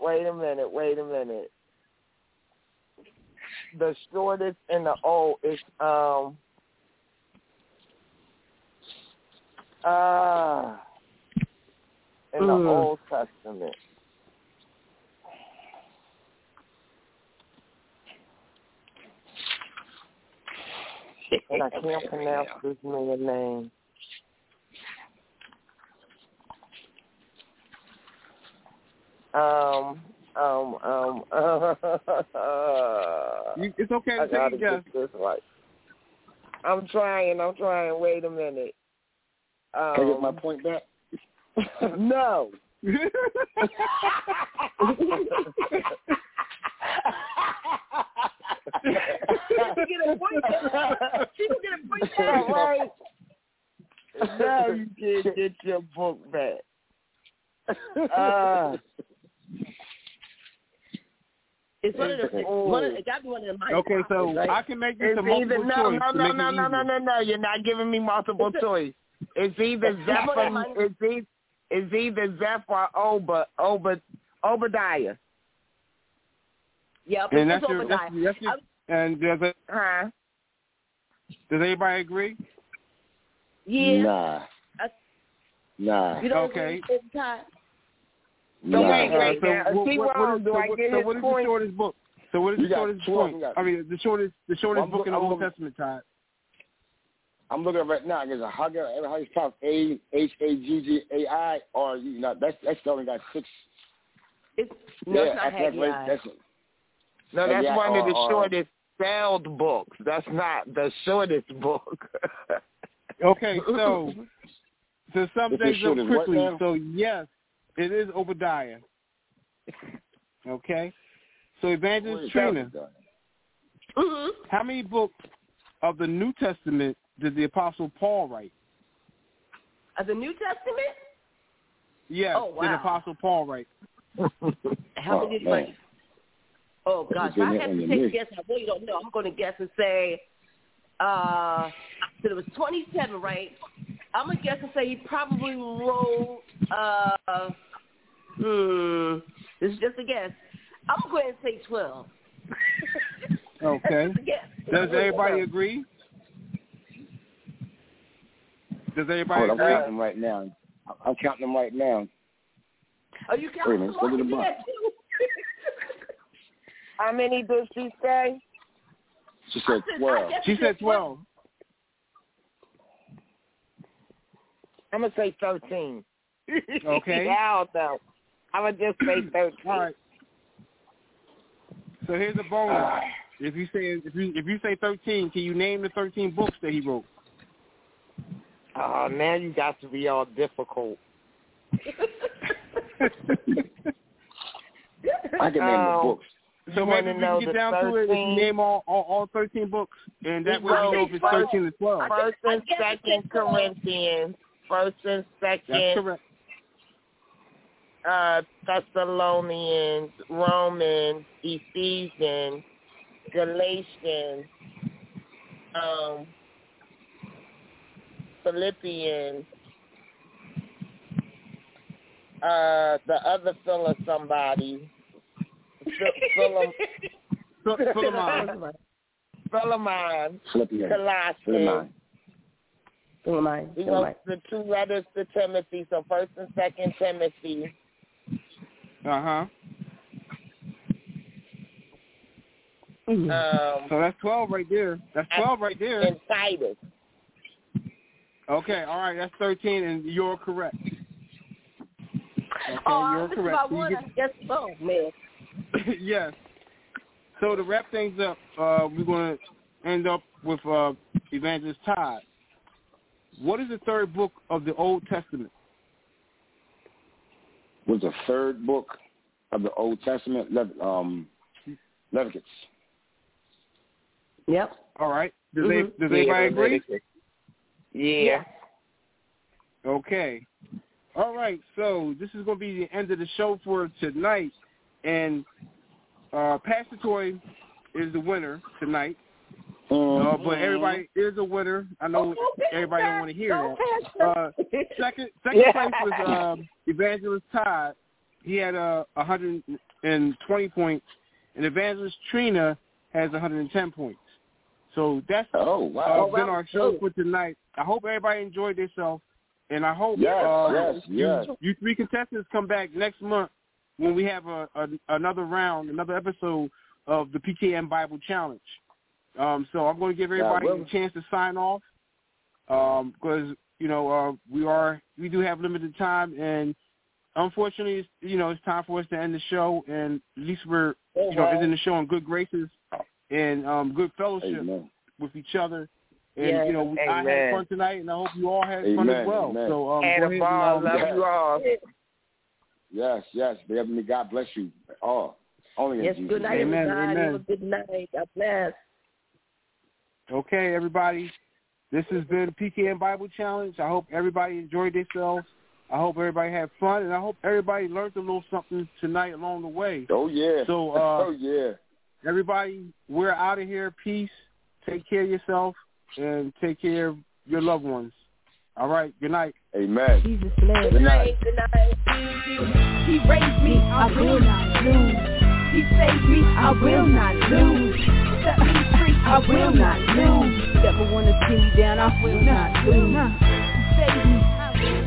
Speaker 4: wait a minute, wait a minute. The shortest in the old is um uh in the
Speaker 2: Mm.
Speaker 4: Old Testament. And I can't pronounce this man's name. Um, um, um.
Speaker 2: You, it's okay
Speaker 4: I
Speaker 2: to
Speaker 4: gotta
Speaker 2: take a guess.
Speaker 4: get this right. I'm trying. I'm trying. Wait a minute. Um,
Speaker 3: Can I get my point back?
Speaker 5: Oh.
Speaker 4: no.
Speaker 5: She get a point back. She can get a point
Speaker 4: All
Speaker 5: back.
Speaker 4: right. No, you can't get your book back. Uh,
Speaker 5: It's one of the. It's one of, it got to be one of the. minor
Speaker 2: Okay, so
Speaker 5: prophets, right?
Speaker 2: I can make this
Speaker 4: it's
Speaker 2: a multiple
Speaker 4: either no,
Speaker 2: choice
Speaker 4: no,
Speaker 2: to
Speaker 4: no,
Speaker 2: make it
Speaker 4: no, no, no,
Speaker 2: easier.
Speaker 4: no, no. You're not giving me multiple
Speaker 5: It's a-
Speaker 4: choice. It's either
Speaker 5: It's not
Speaker 4: Zephyr.
Speaker 5: mine.
Speaker 4: It's either it's either Zephyr or Oba, Oba, Obadiah.
Speaker 5: Yeah, but
Speaker 2: And
Speaker 5: it's
Speaker 2: that's your, that's,
Speaker 5: Obadiah.
Speaker 2: that's your and does it-
Speaker 4: Huh?
Speaker 2: does anybody agree?
Speaker 5: Yeah.
Speaker 3: Nah.
Speaker 5: I-
Speaker 3: Nah.
Speaker 5: You don't
Speaker 2: Okay.
Speaker 5: agree with Ty?
Speaker 4: So
Speaker 3: nah.
Speaker 4: wait, wait.
Speaker 2: Uh, so
Speaker 4: now,
Speaker 2: what,
Speaker 4: see
Speaker 2: what-
Speaker 4: wrong.
Speaker 2: what is,
Speaker 4: Do
Speaker 2: so
Speaker 4: I
Speaker 2: what-
Speaker 4: get
Speaker 2: so
Speaker 4: his
Speaker 2: what is the
Speaker 4: point?
Speaker 2: shortest book? So what is
Speaker 3: You
Speaker 2: the
Speaker 3: got
Speaker 2: shortest
Speaker 3: 12,
Speaker 2: book?
Speaker 3: you got-
Speaker 2: I mean, the shortest the
Speaker 3: I'm
Speaker 2: shortest book in the
Speaker 3: look- I'm
Speaker 2: Old
Speaker 3: look-
Speaker 2: Testament time.
Speaker 3: I'm looking at right now. There's a hugger. Every hugger top A H A G G A I or you know that's that's only got six.
Speaker 5: It's, no,
Speaker 3: yeah, that's,
Speaker 5: it's not
Speaker 3: that's,
Speaker 5: Haggai.
Speaker 3: right- that's
Speaker 4: No, that's
Speaker 3: Yeah,
Speaker 4: one of the
Speaker 3: or- or-
Speaker 4: shortest sound books. That's not the shortest book.
Speaker 2: Okay, so to sum
Speaker 3: This is
Speaker 2: things up
Speaker 3: shortest what
Speaker 2: quickly,
Speaker 3: now?
Speaker 2: so yes, it is Obadiah. Okay, so Evangelist Trina,
Speaker 5: hmm
Speaker 4: Mm-hmm.
Speaker 2: how many books of the New Testament did the Apostle Paul write?
Speaker 5: Of the New Testament?
Speaker 2: Yes,
Speaker 5: Oh,
Speaker 2: did
Speaker 5: wow.
Speaker 2: Apostle Paul write?
Speaker 5: How many
Speaker 3: Oh,
Speaker 5: did you write?
Speaker 3: man.
Speaker 5: Oh gosh,
Speaker 3: It's in
Speaker 5: I
Speaker 3: the-
Speaker 5: have
Speaker 3: in
Speaker 5: to
Speaker 3: the
Speaker 5: take a
Speaker 3: mix.
Speaker 5: guess. I really don't know. I'm going to guess and say, uh, so there was 27, right? I'm going to guess and say he probably wrote. Uh, hmm, this is just a guess. I'm going to say 12.
Speaker 2: Okay,
Speaker 5: Just a guess.
Speaker 2: does everybody agree? Does everybody
Speaker 3: Hold on, I'm
Speaker 2: agree?
Speaker 3: counting them right now. I'm- I'm counting them right now.
Speaker 5: Are you
Speaker 3: Wait a
Speaker 5: counting?
Speaker 3: minute, look at the
Speaker 5: You
Speaker 3: box.
Speaker 5: got two.
Speaker 4: How many did she say?
Speaker 3: She
Speaker 5: I
Speaker 3: said
Speaker 5: said- I
Speaker 3: twelve.
Speaker 5: guess
Speaker 2: She
Speaker 5: it's
Speaker 2: said
Speaker 5: just one.
Speaker 2: twelve.
Speaker 4: I'm gonna say thirteen.
Speaker 2: Okay.
Speaker 4: yeah, I don't know. I'm gonna just say thirteen.
Speaker 2: All right. So here's a bonus.
Speaker 3: Ah.
Speaker 2: If you say if you if you say thirteen, can you name the thirteen books that he wrote?
Speaker 4: Oh, now you got to be all difficult.
Speaker 3: I can name the
Speaker 5: Oh.
Speaker 4: Um,
Speaker 3: books.
Speaker 2: So
Speaker 4: You
Speaker 2: maybe
Speaker 4: wanna
Speaker 2: we
Speaker 4: know
Speaker 2: can
Speaker 4: the
Speaker 2: get down to it and
Speaker 4: 13?
Speaker 2: name all, all, all 13 books, and that way
Speaker 4: Well,
Speaker 2: we know if it's 13 or 12.
Speaker 4: First
Speaker 5: I
Speaker 4: and
Speaker 5: guess it's
Speaker 4: Second
Speaker 5: just, uh,
Speaker 4: Corinthians, First and
Speaker 2: That's
Speaker 4: Second
Speaker 2: correct.
Speaker 4: uh, Thessalonians, Romans, Ephesians, Galatians, um, Philippians, uh, the other Phil of somebody, Phil-
Speaker 2: So, Philemon.
Speaker 4: Philemon, Philemon,
Speaker 3: Philippians.
Speaker 4: Colossians.
Speaker 3: Philemon.
Speaker 5: Don't mind.
Speaker 4: We
Speaker 5: Don't mind.
Speaker 4: wrote the two letters to Timothy, so First and Second Timothy.
Speaker 2: Uh-huh.
Speaker 4: Um,
Speaker 2: So that's 12 right there. That's 12 right there.
Speaker 4: and Titus.
Speaker 2: Okay, all right, that's 13, and you're correct. Okay,
Speaker 5: Oh,
Speaker 2: you're
Speaker 5: this is my
Speaker 2: correct. So
Speaker 5: one.
Speaker 2: you
Speaker 5: I guess so, man.
Speaker 2: get- yes. So to wrap things up, uh, we're going to end up with uh, Evangelist Todd. What is the third book of the Old Testament?
Speaker 3: Was the third book of the Old Testament, Le- um, Leviticus.
Speaker 5: Yep.
Speaker 2: All right. Does,
Speaker 5: Mhm.
Speaker 2: they, does anybody
Speaker 4: Mm-hmm. Yeah,
Speaker 2: agree?
Speaker 4: Leviticus. Yeah.
Speaker 2: Okay. All right. So this is going to be the end of the show for tonight, and uh, Pastor Toy is the winner tonight. Uh,
Speaker 3: Um,
Speaker 2: but everybody is a winner. I know everybody don't want to hear
Speaker 5: Oh, Don't
Speaker 2: that.
Speaker 5: pass up.
Speaker 2: Uh, second, second place was um, Evangelist Todd. He had uh, 120 points, and Evangelist Trina has 110 points. So that's
Speaker 3: oh
Speaker 2: uh,
Speaker 3: wow!
Speaker 5: wow.
Speaker 2: been our show for tonight. I hope everybody enjoyed themselves, and I hope
Speaker 3: Yes,
Speaker 2: uh,
Speaker 3: yes,
Speaker 2: you,
Speaker 3: yes.
Speaker 2: you three contestants come back next month when we have a, a another round, another episode of the PKM Bible Challenge. Um, so I'm going to give everybody
Speaker 3: will.
Speaker 2: a chance to sign off because you know uh, we are we do have limited time, and unfortunately, it's, you know it's time for us to end the show, and at least we're you know ending the show in good graces and um, good fellowship
Speaker 3: Amen.
Speaker 2: with each other. And
Speaker 4: Yes,
Speaker 2: you know, we, I
Speaker 4: amen.
Speaker 2: had fun tonight, and I hope you all had fun
Speaker 3: Amen,
Speaker 2: as well.
Speaker 3: amen.
Speaker 2: So um,
Speaker 4: and
Speaker 2: go
Speaker 4: a
Speaker 2: ahead
Speaker 4: ball.
Speaker 2: and, um,
Speaker 4: Love you all.
Speaker 3: Yes, yes. Dear Heavenly God bless you all. Only in
Speaker 5: Yes,
Speaker 3: Jesus'
Speaker 5: good night,
Speaker 3: name.
Speaker 2: Amen,
Speaker 5: everybody.
Speaker 2: amen.
Speaker 5: Have a good night. God bless.
Speaker 2: okay, everybody, this has been PKN Bible Challenge. I hope everybody enjoyed themselves. I hope everybody had fun, and I hope everybody learned a little something tonight along the way.
Speaker 3: Oh yeah.
Speaker 2: So, uh,
Speaker 3: oh yeah.
Speaker 2: Everybody, we're out of here. Peace. Take care of yourself, and take care of your loved ones. All right. Good night.
Speaker 3: Amen.
Speaker 1: Jesus bless.
Speaker 3: Good night.
Speaker 5: Good night. He raised me. I will not lose. He saved me. I will not lose. Set me free. I will not lose.
Speaker 1: Never wanna see me down, I will not lose.
Speaker 5: He saved me. I will not lose.